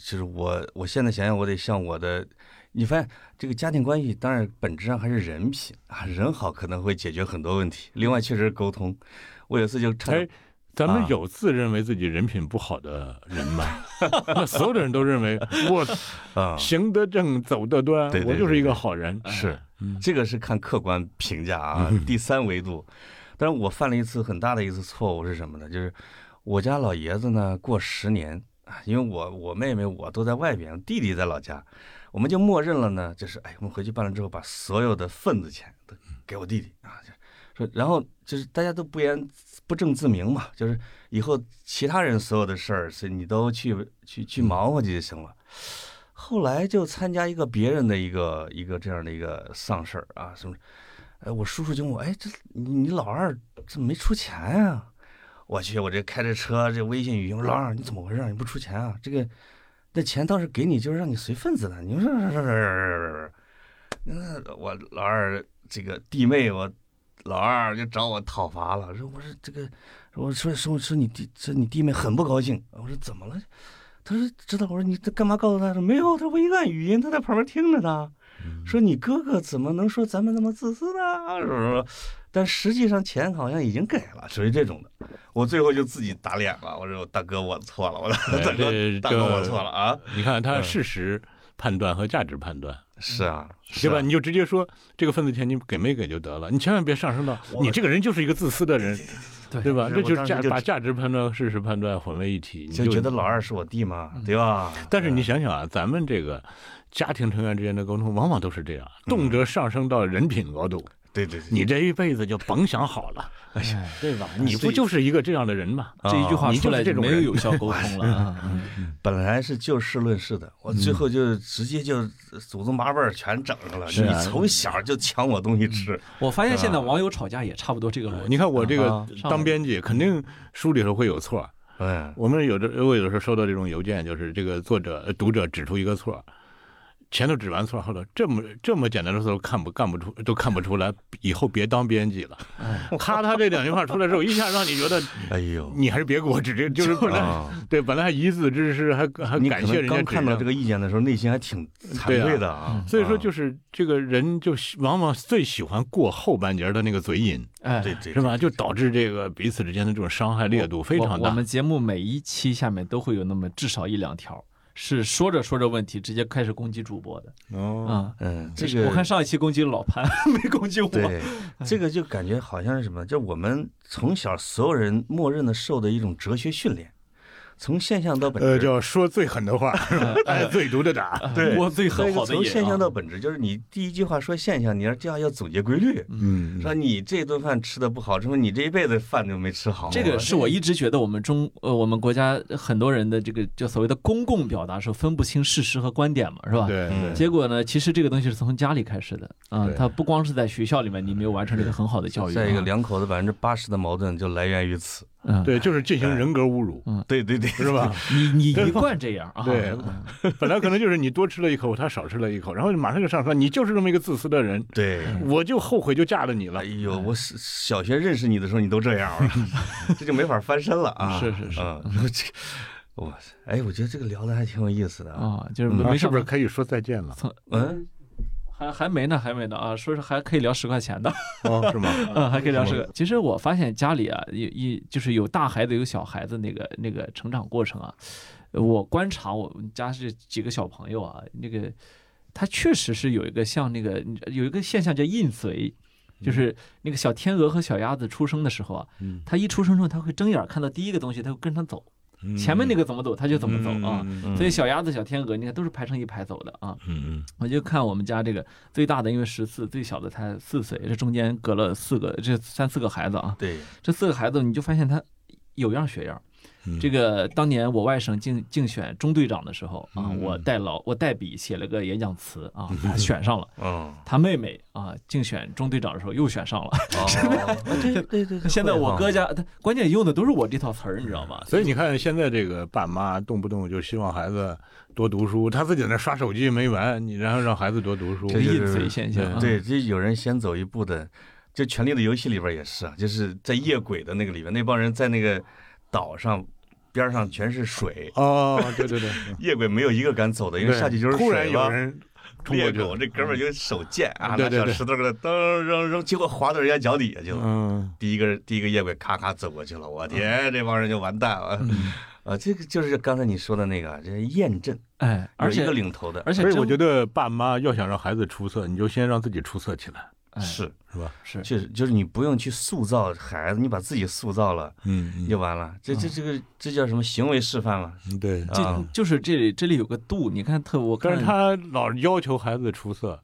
B: 就是我我现在想想，我得向我的。你发现这个家庭关系，当然本质上还是人品啊，人好可能会解决很多问题。另外，确实是沟通。我有一次就差点
C: 哎，咱们
B: 啊
C: 有自认为自己人品不好的人吗？ 那所有的人都 认为我
B: 啊，
C: 行得正，走得端
B: 对，对
C: 我就是一个好人。
B: 是
C: 嗯，
B: 这个是看客观评价啊，第三维度。但是我犯了一次很大的一次错误是什么呢？就是我家老爷子呢过十年啊，因为我我妹妹我都在外边，弟弟在老家，我们就默认了呢，就是哎，我们回去办了之后，把所有的份子钱都给我弟弟啊，就说，然后就是大家都不言不正自明嘛，就是以后其他人所有的事儿是你都去去去忙活去就行了。后来就参加一个别人的一个一个这样的一个丧事儿啊，什么，哎，我叔叔就问我，哎，这你你老二怎么没出钱啊？我去，我这开着车，这微信语音，我说老二你怎么回事？你不出钱啊？这个那钱当时给你就是让你随份子的，你说那我老二这个弟妹，我老二就找我讨伐了，说我说这个，我说说说你弟说你弟妹很不高兴，我说怎么了？他说知道，我说你这干嘛告诉他？他说没有，他我一按语音，他在旁边听着呢。说你哥哥怎么能说咱们那么自私呢？是不是？但实际上钱好像已经给了，属于这种的。我最后就自己打脸了，我说大哥我错了，我 说
C: 哎
B: 大哥
C: 这
B: 大哥
C: 这
B: 我错了啊！
C: 你看他事实判断和价值判断，
B: 是啊，
C: 对
B: 是
C: 吧？
B: 啊
C: 你就直接说这个份子钱你给没给就得了，你千万别上升到
B: 我
C: 你这个人就是一个自私的人，
A: 对
C: 对吧？
B: 是
C: 这
B: 我
C: 就是
B: 当时
C: 价
B: 就
C: 把价值判断和事实判断混为一体，你
B: 就觉得嗯老二是我弟嘛，对吧？
C: 但是你想想啊，咱们这个家庭成员之间的沟通，往往都是这样，
B: 嗯
C: 动辄上升到人品高度。
B: 对对对，
C: 你这一辈子就甭想好 了，对吧？你不就是一个这样的人吗？
A: 哎这一句话
C: 哎啊你就是
A: 出来
C: 这
A: 就
C: 种
A: 没有
C: 人
A: 有效沟通了 啊。
B: 本来是就事论事的，我最后就直接就祖宗八辈儿全整上了。
C: 是啊
B: 你从小就抢我东西吃，
A: 我发现现在网友吵架也差不多这个逻辑。
C: 呃你看我这个
B: 啊
A: 上
C: 当编辑，肯定书里头会有错。
B: 嗯，
C: 我们有的我有的时候收到这种邮件，就是这个作者呃读者指出一个错，前头指完错，后头这么这么简单的事都看不干不出，都看不出来，以后别当编辑了。咔，他这两句话出来之后，一下让你觉得
B: 哎呦，
C: 你还是别给我指这，就是本来
B: 啊，
C: 对本来还以子之师，还还
B: 你
C: 感
B: 可
C: 谢
B: 能
C: 人家
B: 刚看到这
C: 个，
B: 个意见的时候，内心还挺
C: 对
B: 惭
C: 啊
B: 愧的啊。
C: 所以说
B: 啊
C: 就是这个人就喜往往最喜欢过后半截的那个嘴瘾，
A: 哎，
B: 对对
C: 是吧？就导致这个彼此之间的这种伤害烈度非常
A: 我。我
C: 大
A: 们。节目每一期下面都会有那么至少一两条，是说着说着问题直接开始攻击主播的
C: 哦，
A: 啊。
B: 嗯，这
A: 是
B: 个
A: 我看上一期攻击了老潘， 没攻击我。
B: 对，这个就感觉好像是什么？就我们从小所有人默认的受的一种哲学训练，从现象到本质。
C: 呃，叫说最狠的话，是 吧哎，最毒的打。
B: 对
A: 我最
B: 所以
A: 很好的
B: 从
A: 也
C: 啊
B: 现象到本质，就是你第一句话说现象，你要第二要总结规律，
C: 嗯
B: 说你这顿饭吃的不好，说你这一辈子饭就没吃好。
A: 这个是我一直觉得我们中呃我们国家很多人的这个就所谓的公共表达时候分不清事实和观点嘛，是吧？。
C: 对
B: 嗯
A: 结果呢，其实这个东西是从家里开始的啊，
C: 对
A: 它不光是在学校里面，你没有完成这个很好的教育。
B: 再一个，
A: 啊
B: 两口子百分之八十的矛盾就来源于此。
A: 嗯，
C: 对，就是进行人格侮辱，
B: 对对对，
C: 是吧？
A: 你你一贯这样啊，
C: 对
A: 嗯
C: 本来可能就是你多吃了一口，他少吃了一口，然后马上就上升，你就是这么一个自私的人，
B: 对。
C: 我就后悔就嫁了你了
B: 哎。呦，
A: 嗯
B: 我是小学认识你的时候，你都这样 了，这就没法翻身了啊！
A: 是是是
B: 嗯，我这，我哎，我觉得这个聊的还挺有意思的啊。
A: 啊，就是
C: 啊
A: 没
C: 是
A: 上
C: 不是可以说再 见了？
B: 嗯，
A: 还还没呢，还没呢啊，说是还可以聊十块钱的，
C: 哦，是吗？
A: 嗯，还可以聊十个。其实我发现家里啊，一一就是有大孩子有小孩子那个那个成长过程啊，我观察我们家是几个小朋友啊，那个他确实是有一个像那个有一个现象叫印随。就是那个小天鹅和小鸭子出生的时候啊，它一出生之后，它会睁眼儿看到第一个东西，它会跟上走，嗯前面那个怎么走，它就怎么走啊。
B: 嗯
A: 所以小鸭子、小天鹅，你看都是排成一排走的啊。
C: 嗯
A: 我就看我们家这个最大的，因为十四，最小的才四岁，这中间隔了四个，这三四个孩子啊，
B: 对，
A: 这四个孩子你就发现他有样学样。
C: 嗯
A: 这个当年我外甥竞竞选中队长的时候啊，
B: 嗯
A: 我代劳我代笔写了个演讲词啊，他选上了。
B: 嗯，
A: 他妹妹啊，竞选中队长的时候又选上了。
B: 哦，对对对对，
A: 现在
B: 会啊
A: 我
B: 哈
A: 哥家，他关键用的都是我这套词儿，你知道吗
C: 嗯。？所以你看，现在这个爸妈动不动就希望孩子多读书，他自己在那刷手机没完，你然后让孩子多读书。
B: 这
A: 这
B: 就
A: 印
B: 是
A: 随现象啊，
B: 对，这有人先走一步的，就《权力的游戏》里边也是啊，就是在夜鬼的那个里边，那帮人在那个岛上边上全是
A: 啊
B: 水，
C: 哦，对 对对，
B: 夜鬼没有一个敢走的，因为
C: 对
B: 下去就是
C: 突然
B: 水
C: 有
B: 了。
C: 人冲过
B: 猎
C: 去了
B: 狗这哥们儿就手贱啊，
C: 对
B: 拿
C: 对
B: 小
C: 对
B: 石头给他噔扔扔，结果滑到人家脚底下去了。
C: 嗯，
B: 第一个第一个夜鬼咔咔走过去了，我天，这帮人就完蛋了。 啊，这个就是刚才你说的那个，这验证，
A: 哎，而
B: 有一
A: 且
B: 个领头的，
A: 而且
C: 所以我
A: 真
C: 觉得爸妈要想让孩子出色，你就先让自己出色起来，
A: 哎
B: 是
C: 是吧？
A: 是
B: 确实，就是你不用去塑造孩子，你把自己塑造了
C: 嗯，
B: 就完了。这这这个这叫什么行为示范了？
C: 嗯对。
A: 这
B: 啊
A: 就是这里这里有个度，你看特我
C: 但
A: 看
C: 是他老要求孩子出色，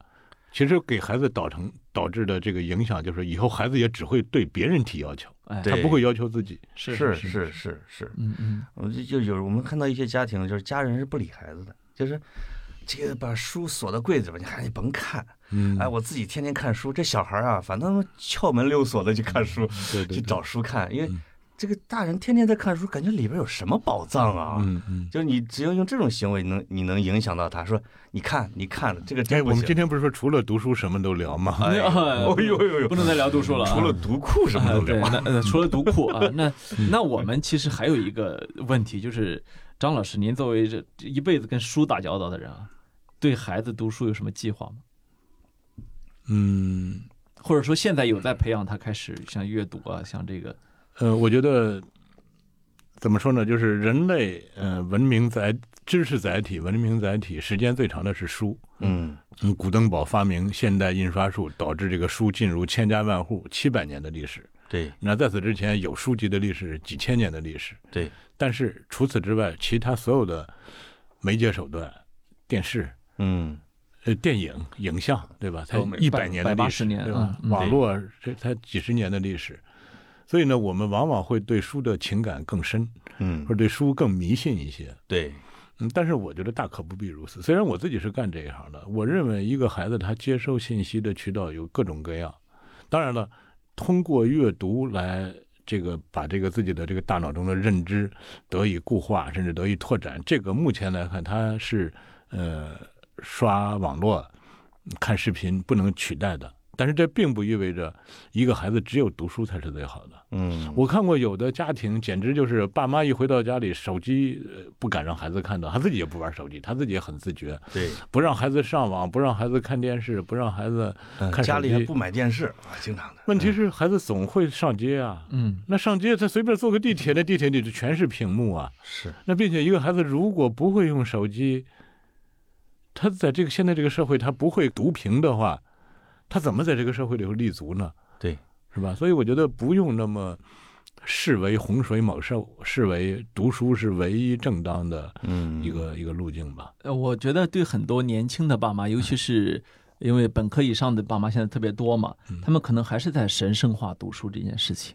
C: 其实给孩子导成导致的这个影响就是，以后孩子也只会对别人提要求，
A: 哎
C: 他
B: 对
C: 不会要求自己。
A: 是
B: 是是是是，
A: 嗯嗯
B: 我就就有我们看到一些家庭，就是家人是不理孩子的，就是这个把书锁到柜子里边，你还你甭看。
C: 嗯
B: 哎，我自己天天看书，这小孩儿啊，反正窍门溜锁的去看书，
C: 嗯对对嗯
B: 去
C: 对
B: 找书看，因为这个大人天天在看书，感觉里边有什么宝藏啊。
C: 嗯嗯。
B: 就是你只有用这种行为能，你能影响到他，说你看，你看这个
C: 哎，
B: 真
C: 我
B: 不
C: 们
B: 行
C: 今。天不是说除了读书什么都聊吗？
B: 哎呦哎呦呦呦
A: 不！能再聊读书了啊，
B: 嗯除了读库什么
A: 啊
B: 都
A: 对，
B: 聊，
A: 那 呃除了读库啊，那那我们其实还有一个问题，就是张老师，您作为这这一辈子跟书打交道的人啊，对孩子读书有什么计划吗？
C: 嗯，
A: 或者说现在有在培养他开始像阅读啊，像这个
C: 呃，我觉得怎么说呢，就是人类呃文明载知识载体、文明载体时间最长的是书。
B: 嗯，
C: 嗯，古登堡发明现代印刷术，导致这个书进入千家万户，七百年的历史。
B: 对
C: 那在此之前，有书籍的历史几千年的历史。
B: 对，
C: 但是除此之外，其他所有的媒介手段，电视、
B: 嗯，
C: 呃电影、影像，对吧？才
A: 都没
C: 一百年的历
A: 180
C: 史，
A: 年
C: 对吧？
A: 嗯嗯
C: 网络这才几十年的历史，所以呢，我们往往会对书的情感更深，
B: 嗯
C: 或者，对书更迷信一些。
B: 对，
C: 嗯，但是我觉得大可不必如此。虽然我自己是干这一行的，我认为一个孩子他接收信息的渠道有各种各样。当然了，通过阅读来这个把这个自己的这个大脑中的认知得以固化，甚至得以拓展，这个目前来看它是呃刷网络、看视频不能取代的。但是这并不意味着一个孩子只有读书才是最好的。
B: 嗯，
C: 我看过有的家庭，简直就是爸妈一回到家里，手机呃不敢让孩子看到，他自己也不玩手机，他自己也很自觉，
B: 对，
C: 不让孩子上网，不让孩子看电视，不让孩子。
B: 嗯
C: 看手
B: 家里还
C: 机
B: 不买电视啊，经常的。
C: 问题是，孩子总会上街啊。
A: 嗯，
C: 那上街，他随便坐个地铁，那地铁里就全是屏幕啊。
B: 是，
C: 那并且一个孩子如果不会用手机，他在这个现在这个社会他不会读屏的话，他怎么在这个社会里头立足呢？
B: 对，
C: 是吧？所以我觉得不用那么视为洪水猛兽，视为读书是唯一正当的
B: 嗯
C: 一个、一个路径吧。
A: 呃，我觉得对很多年轻的爸妈，尤其是因为本科以上的爸妈现在特别多嘛，
C: 嗯
A: 他们可能还是在神圣化读书这件事情，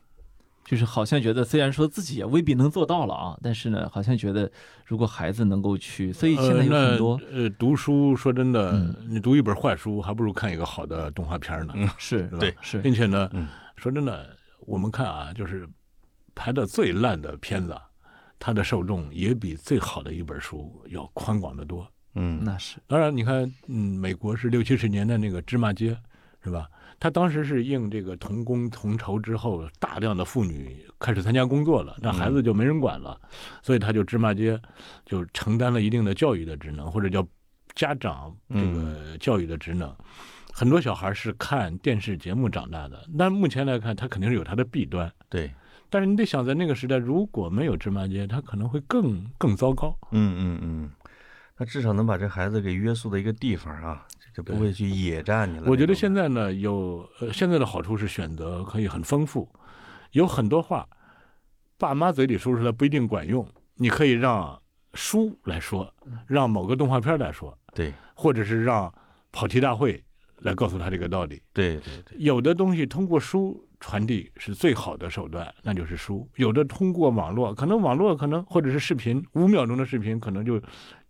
A: 就是好像觉得虽然说自己也未必能做到了啊，但是呢，好像觉得如果孩子能够去，所以现在有很多、嗯
C: 呃那呃读书，说真的，你读一本坏书，还不如看一个好的动画片呢。
A: 是
C: 是吧
B: 对
A: 是
C: 并且呢，
B: 嗯
C: 说真的，我们看啊，就是拍的最烂的片子，啊它的受众也比最好的一本书要宽广得多。
B: 嗯
A: 那是
C: 当然，你看，嗯，美国是六七十年代那个《芝麻街》，是吧？他当时是应这个童工同酬之后，大量的妇女开始参加工作了，那孩子就没人管了，所以他就芝麻街就承担了一定的教育的职能，或者叫家长这个教育的职能。很多小孩是看电视节目长大的，但目前来看，他肯定是有他的弊端。
B: 对，
C: 但是你得想，在那个时代，如果没有芝麻街，他可能会更更糟糕。
B: 嗯嗯嗯，他至少能把这孩子给约束的一个地方啊，就不会去野战你了。
C: 我觉得
B: 那种
C: 现在呢，有呃，现在的好处是选择可以很丰富，有很多话，爸妈嘴里说出来不一定管用，你可以让书来说，
B: 嗯
C: 让某个动画片来说，
B: 对
C: 或者是让跑题大会来告诉他这个道理。
B: 对对对，
C: 有的东西通过书传递是最好的手段，那就是书；有的通过网络，可能网络可能或者是视频，五秒钟的视频可能就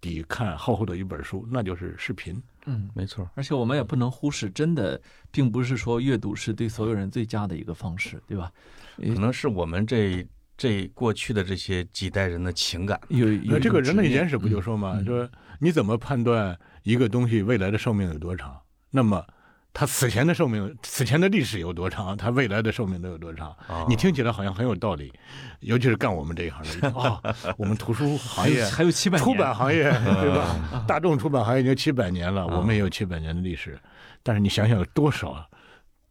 C: 抵看厚厚的一本书，那就是视频。
A: 嗯。
B: 没错。
A: 而且我们也不能忽视，真的并不是说阅读是对所有人最佳的一个方式，对吧？
B: 可能是我们这这过去的这些几代人的情感，
A: 有
C: 那
A: 有
C: 这个人类简
A: 史，。
C: 史不就说嘛，说你怎么判断一个东西未来的寿命有多长？那么它此前的寿命、此前的历史有多长，它未来的寿命都有多长？
B: 啊
C: 你听起来好像很有道理，尤其是干我们这一行的一听，哦，我们图书行业
A: 还有 七百年嗯
C: 出版行 业对吧？大众出版行业已经七百年了，我们也有七百年的历史，但是你想想有多少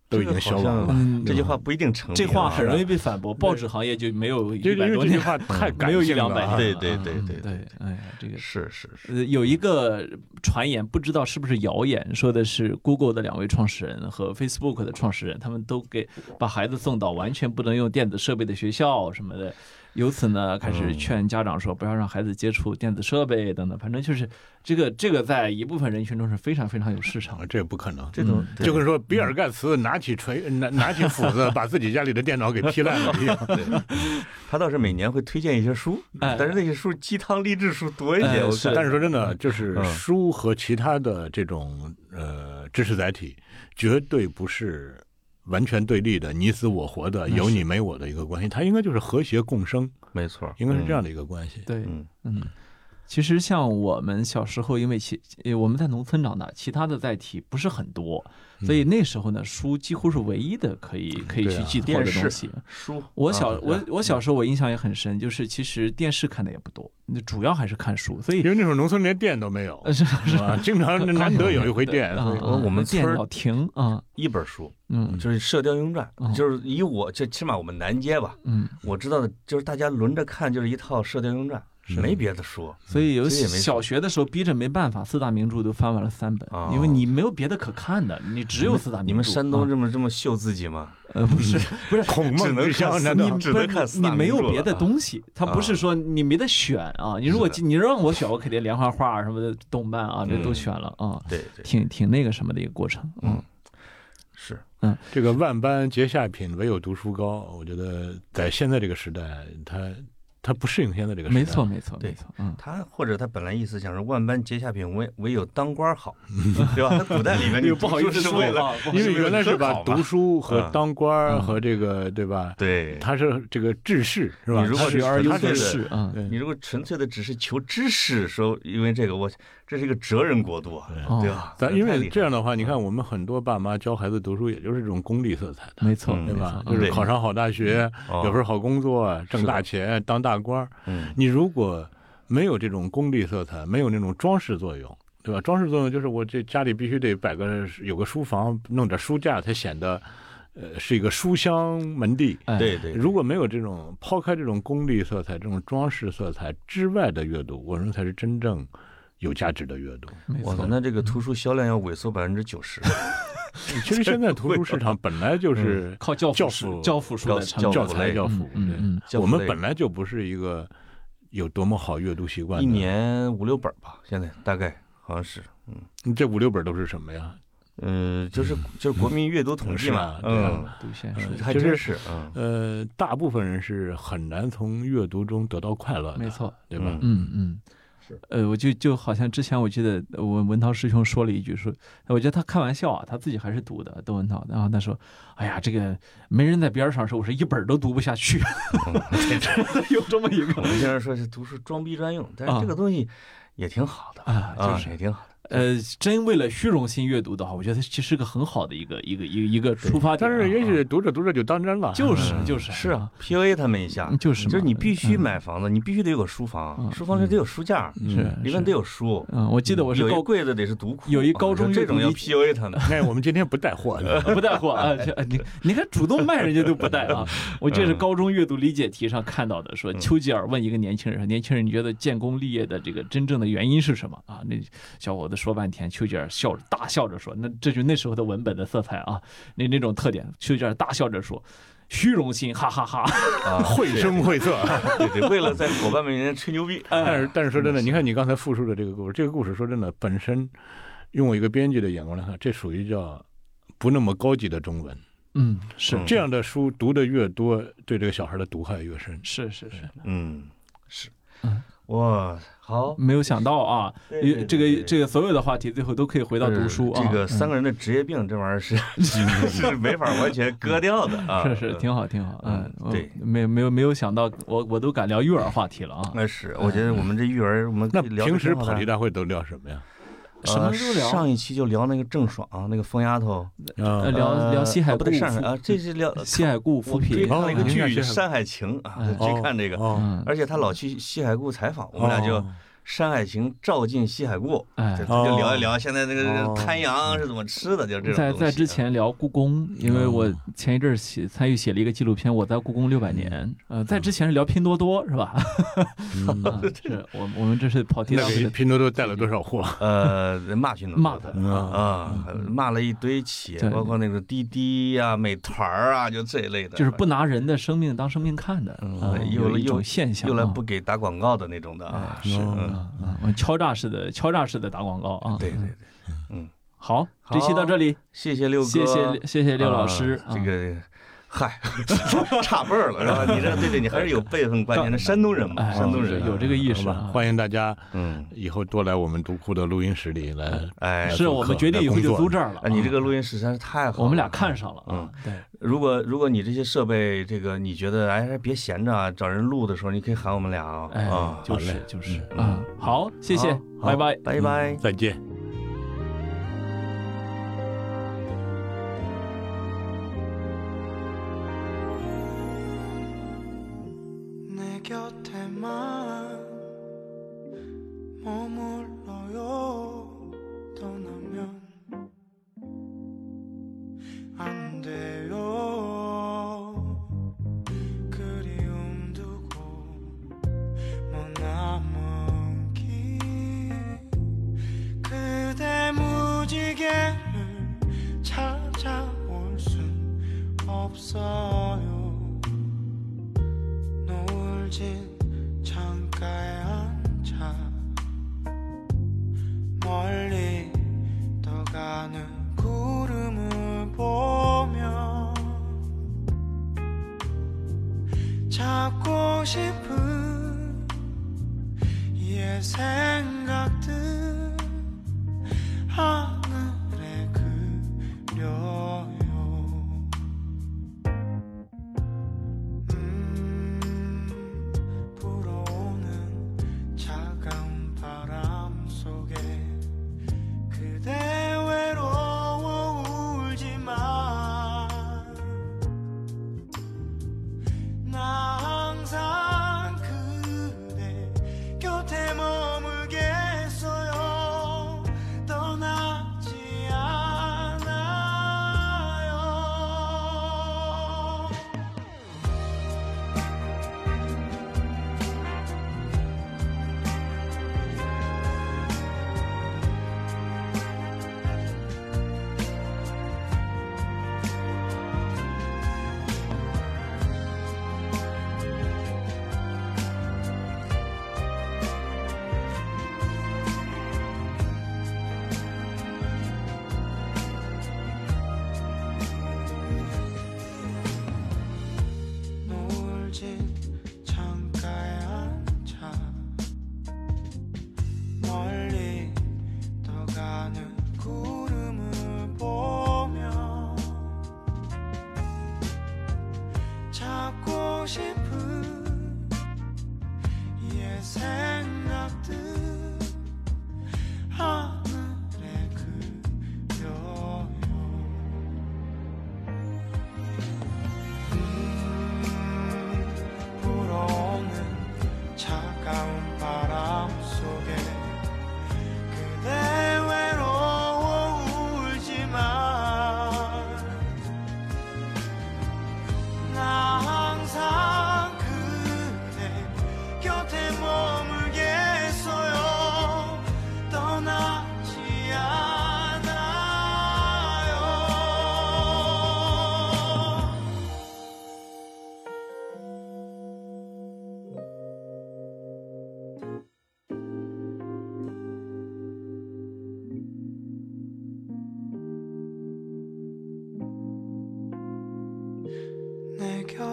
C: 都已经消亡了。
A: 嗯
B: 这句话不一定成立啊。
A: 这话很容易被反驳，报纸行业就没有
C: 就
A: 一
C: 因
A: 百
C: 为
A: 多
C: 这句
A: 年，
C: 话太感
A: 没有一
C: 性了
A: 两
C: 啊
A: 百年了，
B: 对对对
A: 嗯
B: 对对
A: 对，哎呀，这个
B: 是是
C: 嗯
B: 是，
A: 呃，有一个传言，不知道是不是谣言，说的是 Google 的两位创始人和 Facebook 的创始人，他们都给把孩子送到完全不能用电子设备的学校什么的。由此呢，开
B: 嗯
A: 始劝家长说不要让孩子接触电子设备等等，反正就是这个这个在一部分人群中是非常非常有市场
C: 啊
A: 的。
C: 这也不可能，
B: 这种对
C: 就跟说比尔盖茨拿起锤、 拿拿起 斧子把自己家里的电脑给劈烂了一样。
B: 他倒是每年会推荐一些书，
A: 哎
B: 但是那些书鸡汤励志书多一
A: 哎
B: 些。我
A: 是
B: 看
C: 但是说真的，就是
B: 嗯
C: 书和其他的这种呃知识载体，绝对不是完全对立的，你死我活的，
A: 嗯
C: 有你没我的一个关系，它应该就是和谐共生，
B: 没错，
C: 应该是这样
B: 的。
C: 的一个关系。
A: 对，
B: 嗯
A: 嗯，其实像我们小时候，因为其呃我们在农村长大，其他的载体不是很多，
B: 嗯
A: 所以那时候呢，书几乎是唯一的可以可以
C: 对
A: 去
C: 啊
A: 寄托的
B: 电视
A: 东西。
B: 嗯书，
A: 我小、
B: 啊
A: 我我小时候我印象也很深，就是其实电视看的也不多，主要还是看书，所以
C: 因为那时候农村连电都没有，
A: 呃 是是
C: 吧？经常难得有一 回电，
A: 啊
C: 所以
A: 啊
B: 我们
A: 电
B: 村儿
A: 脑亭啊
B: 一本书
A: 嗯
B: 就是《射雕英雄传
C: 哦
A: 嗯》，
B: 就是以我这起码我们南街吧，
A: 嗯，
B: 我知道的就是大家轮着看，就是一套《射雕英雄传》，没别的书。
A: 所以有
B: 这也没
A: 小学的时候逼着没办法，四大名著都翻完了三本，
B: 哦
A: 因为你没有别的可看的，你只有四大名著。
B: 你们山
A: 啊
B: 东这么这么秀自己吗？
A: 呃不 是不是
C: 孔
B: 只
C: 孟
B: 能
C: 之
B: 看
C: 乡
B: 四
C: 难
A: 你
C: 道
B: 面只
A: 不
B: 能
A: 是
B: 看四
A: 你
B: 大
A: 没
B: 名
A: 有
B: 著
A: 别
B: 了
A: 的
B: 啊
A: 东西，它不是说你没得选啊。你如果
B: 是
A: 你让我选，我肯定莲花画啊什么的动漫啊，这都选了啊，
B: 对对，
A: 挺挺那个什么的一个过程。嗯
B: 嗯，是
C: 这个万般皆下品，唯有读书高。我觉得在现在这个时代，它他不适应现在这个时代。
A: 没错，没错，
B: 对
A: 没错，嗯，
B: 他或者他本来意思想说万般皆下品，唯唯有当官好，对吧？他古代里面
A: 哎
B: 你
A: 呦不好意思
B: 读书是
A: 说
B: 为了，
A: 啊，不 好意
C: 因
A: 思
C: 为原来是
B: 是为了
C: 把
B: 科考嘛
C: 读书和
B: 嗯
C: 当官儿
A: 嗯
C: 和这个对吧？
B: 对
C: 他是这个治世是吧？
B: 你如果
C: 他学而
B: 是
C: 优
B: 他
C: 则
B: 这个
C: 仕，
A: 是嗯，
C: 对
B: 你如果纯粹的只是求知识，说因为这个我这是一个哲人国度啊，
A: 哦
B: 对吧？
C: 咱因
B: 太厉
C: 为
B: 害嗯
C: 这样的话，你看我们很多爸妈教孩子读书，也就是这种功利色彩的，
A: 没错，
B: 嗯
C: 对
A: 没
C: 吧
A: 错？，
C: 就是
B: 对
C: 考上好大学，
B: 哦
C: 有份好工作，挣
B: 是的
C: 大钱，当大官儿。
B: 嗯
C: 你如果没有这种功利色彩，没有那种装饰作用，对吧？装饰作用就是我这家里必须得摆个有个书房，弄点书架，才显得呃是一个书香门第。
A: 哎
B: 对对，
C: 如果没有这种抛开这种功利色彩、这种装饰色彩之外的阅读，我认为才是真正有价值的阅读。
A: 没
B: 我
A: 错
B: 操，，那这个图书销量要萎缩百分之 九十，
C: 其实现在图书市场本来就是
A: 靠教
C: 教
A: 辅
C: 辅
A: 书教辅书
B: 教
A: 来
B: 辅
A: 撑
B: 教
C: 教
B: 辅
C: 材
B: 类
C: 教辅，
A: 嗯嗯
C: 对，我们本来就不是一个有多么好阅读习惯
B: 一
C: 的。
B: 年五六本儿吧，现在大概好像是，
C: 你这五六本都是什么呀？
B: 嗯，就是就是国民阅读统计嘛，
C: 是吧对
B: 嗯
C: 啊，
A: 读先
C: 嗯
A: 生，
B: 还真是， 嗯，
C: 呃，大部分人是很难从阅读中得到快乐的，
A: 没错，
C: 对吧？
B: 嗯
A: 嗯嗯，是，呃，我就就好像之前我记得我文涛师兄说了一句说，哎我觉得他开玩笑啊，他自己还是读的窦文涛，然后他说，哎呀，这个没人在边上的时候，我是一本儿都读不下去， 有这么一
B: 我
A: 个
B: 们经常说是读书装逼专用，但是
A: 啊
B: 这个东西也挺好的
A: 啊，就
B: 啊，
A: 是
B: 也挺好的，
A: 呃，真为了虚荣心阅读的话，我觉得其实是个很好的一个一个一个一个出发点
C: 但
A: 啊，
C: 是也许读着读着就当真了，
A: 就是
B: 嗯
A: 就是
B: 是啊，PUA 他们一下
A: 嗯，就是
B: 就是
A: 嘛
B: 你必须
A: 嗯
B: 买房子，你必须得有个书房，
A: 嗯
B: 书房里得有书架，
C: 嗯
A: 是
B: 里面
A: 啊是
B: 得有书，
A: 嗯，我记得我是
B: 有一
A: 高
B: 柜子得是读库，
A: 有一高中
B: 啊这种
A: 阅
B: 要
A: 读理
B: PUA 他们，
C: 哎，我们今天不带货 的，
A: 不带货啊！这你你看主动卖人家都不带啊！我这是高中阅读理解题上看到的，说丘吉尔问一个年轻人说：“年轻人，你觉得建功立业的这个真正的原因是什么啊？”那小伙子说半天，丘吉尔笑着大笑着说：“那这就那时候的文本的色彩啊，那那种特点。”丘吉尔大笑着说。虚荣心，哈哈哈
B: 啊，
C: 绘声绘色。
B: 对对，对为了在伙伴们面前吹 牛逼，
C: 但是但是说真的，你看你刚才复述的这个故事，这个故事说真的，本身用我一个编辑的眼光来看，这属于叫不那么高级的中文。
A: 嗯，是
B: 嗯
C: 这样的书读的越多，对这个小孩的毒害越深。
A: 是是是，
B: 嗯，是
A: 嗯，
B: 哇，好，
A: 没有想到啊
B: 对对对，
A: 这
B: 对
A: 个
B: 对
A: 这个所有的话题最后都可以回到读书啊。
B: 嗯这个三个人的职业病，这玩意 儿是 是没法完全割掉的啊，
A: 嗯是是，挺好，挺好。嗯
B: 嗯，对
A: 我没没有没有想到，我我都敢聊育儿话题了啊！
B: 那是，我觉得我们这育儿，我们
C: 那
B: 可以聊
C: 平
B: 得
C: 时
B: 挺好
C: 跑
B: 的
C: 题大会都聊什么呀？
A: 什么时候
B: 呃
A: 聊？啊
B: 上一期就聊那个郑爽，那个疯丫头，
A: 呃
C: 啊，
A: 聊
B: 呃
A: 聊西海
B: 啊不对
A: 顾
B: 上海
A: 夫
B: 啊，这是聊
A: 西海固
B: 我
A: 扶
B: 追
A: 贫
B: 看
C: 哦
B: 了一个
C: 你看
B: 剧《
C: 西海顾
B: 山海情》啊，
A: 哎
B: 追看这个，
C: 哦，
A: 嗯，
B: 而且他老去西海固采访，我们俩就《
C: 哦
B: 山海情》照进西海固，
A: 哎嗯
B: 就，就聊一聊现在这个
C: 哦
B: 滩羊是怎么吃的，就这种
A: 在
B: 东西啊嗯
A: 在之前聊故宫，因为
C: 哦
A: 我前一阵儿写参与写了一个纪录片《我在故宫六百年》。
B: 嗯
A: 呃，在之前是聊拼多多是吧？ 啊是我我们这是跑题大
C: 那
A: 会
C: 给
A: 的
C: 拼多多带了多少货？
B: 呃骂群
A: 骂
B: 他
A: 他
C: 啊，
B: 啊，骂了一堆企业，
A: 嗯对
B: 包括那个滴滴呀、美团儿啊，就这一类的，
A: 就是不拿人的生命当生命看的，
B: 嗯
A: 啊
B: 又
A: 有一
B: 又
A: 种现象
B: 又来
A: 啊
B: 不给打广告的那种的啊，
A: 哎
B: 是，嗯，
A: 啊啊，啊敲诈式的敲诈式的打广告啊。
B: 对对对，
A: 好，这期到这里，
B: 谢谢六哥，
A: 谢谢谢谢六老师
B: 啊，
A: 啊
B: 这个。嗨， 差辈儿了是吧？你这对对，你还是有辈分观念的，山东人嘛，
A: 哎
B: 山东人
A: 是有这个意识
C: 好
A: 啊
C: 吧？欢迎大家
B: 嗯，
C: 以后多来我们读库的录音室里来。
B: 哎，
A: 是我们决定以后就租这儿了啊
B: 哎，。你这个录音室实在是太好了。
A: 我们俩看上了啊
B: 嗯，
A: 对，
B: 如果如果你这些设备，这个你觉得哎别闲着啊，找人录的时候你可以喊我们俩啊，
A: 哎
B: 啊，，
A: 就
C: 好
A: 是
C: 嘞
A: 就是啊，好，谢谢
B: 好，
A: 拜拜。
B: 拜拜。
C: 再见。
D: 내 곁에만 머물러요 떠나면 안 돼요 그리움 두고 먼 남은 길 그대 무지개를 찾아올 순 없어요 노을 진 창가에 앉아 멀리 떠가는 구름을 보며 찾고 싶은 음,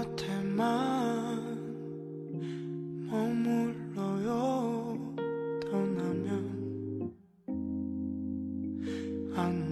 D: 곁에만 머물러요 떠나면 안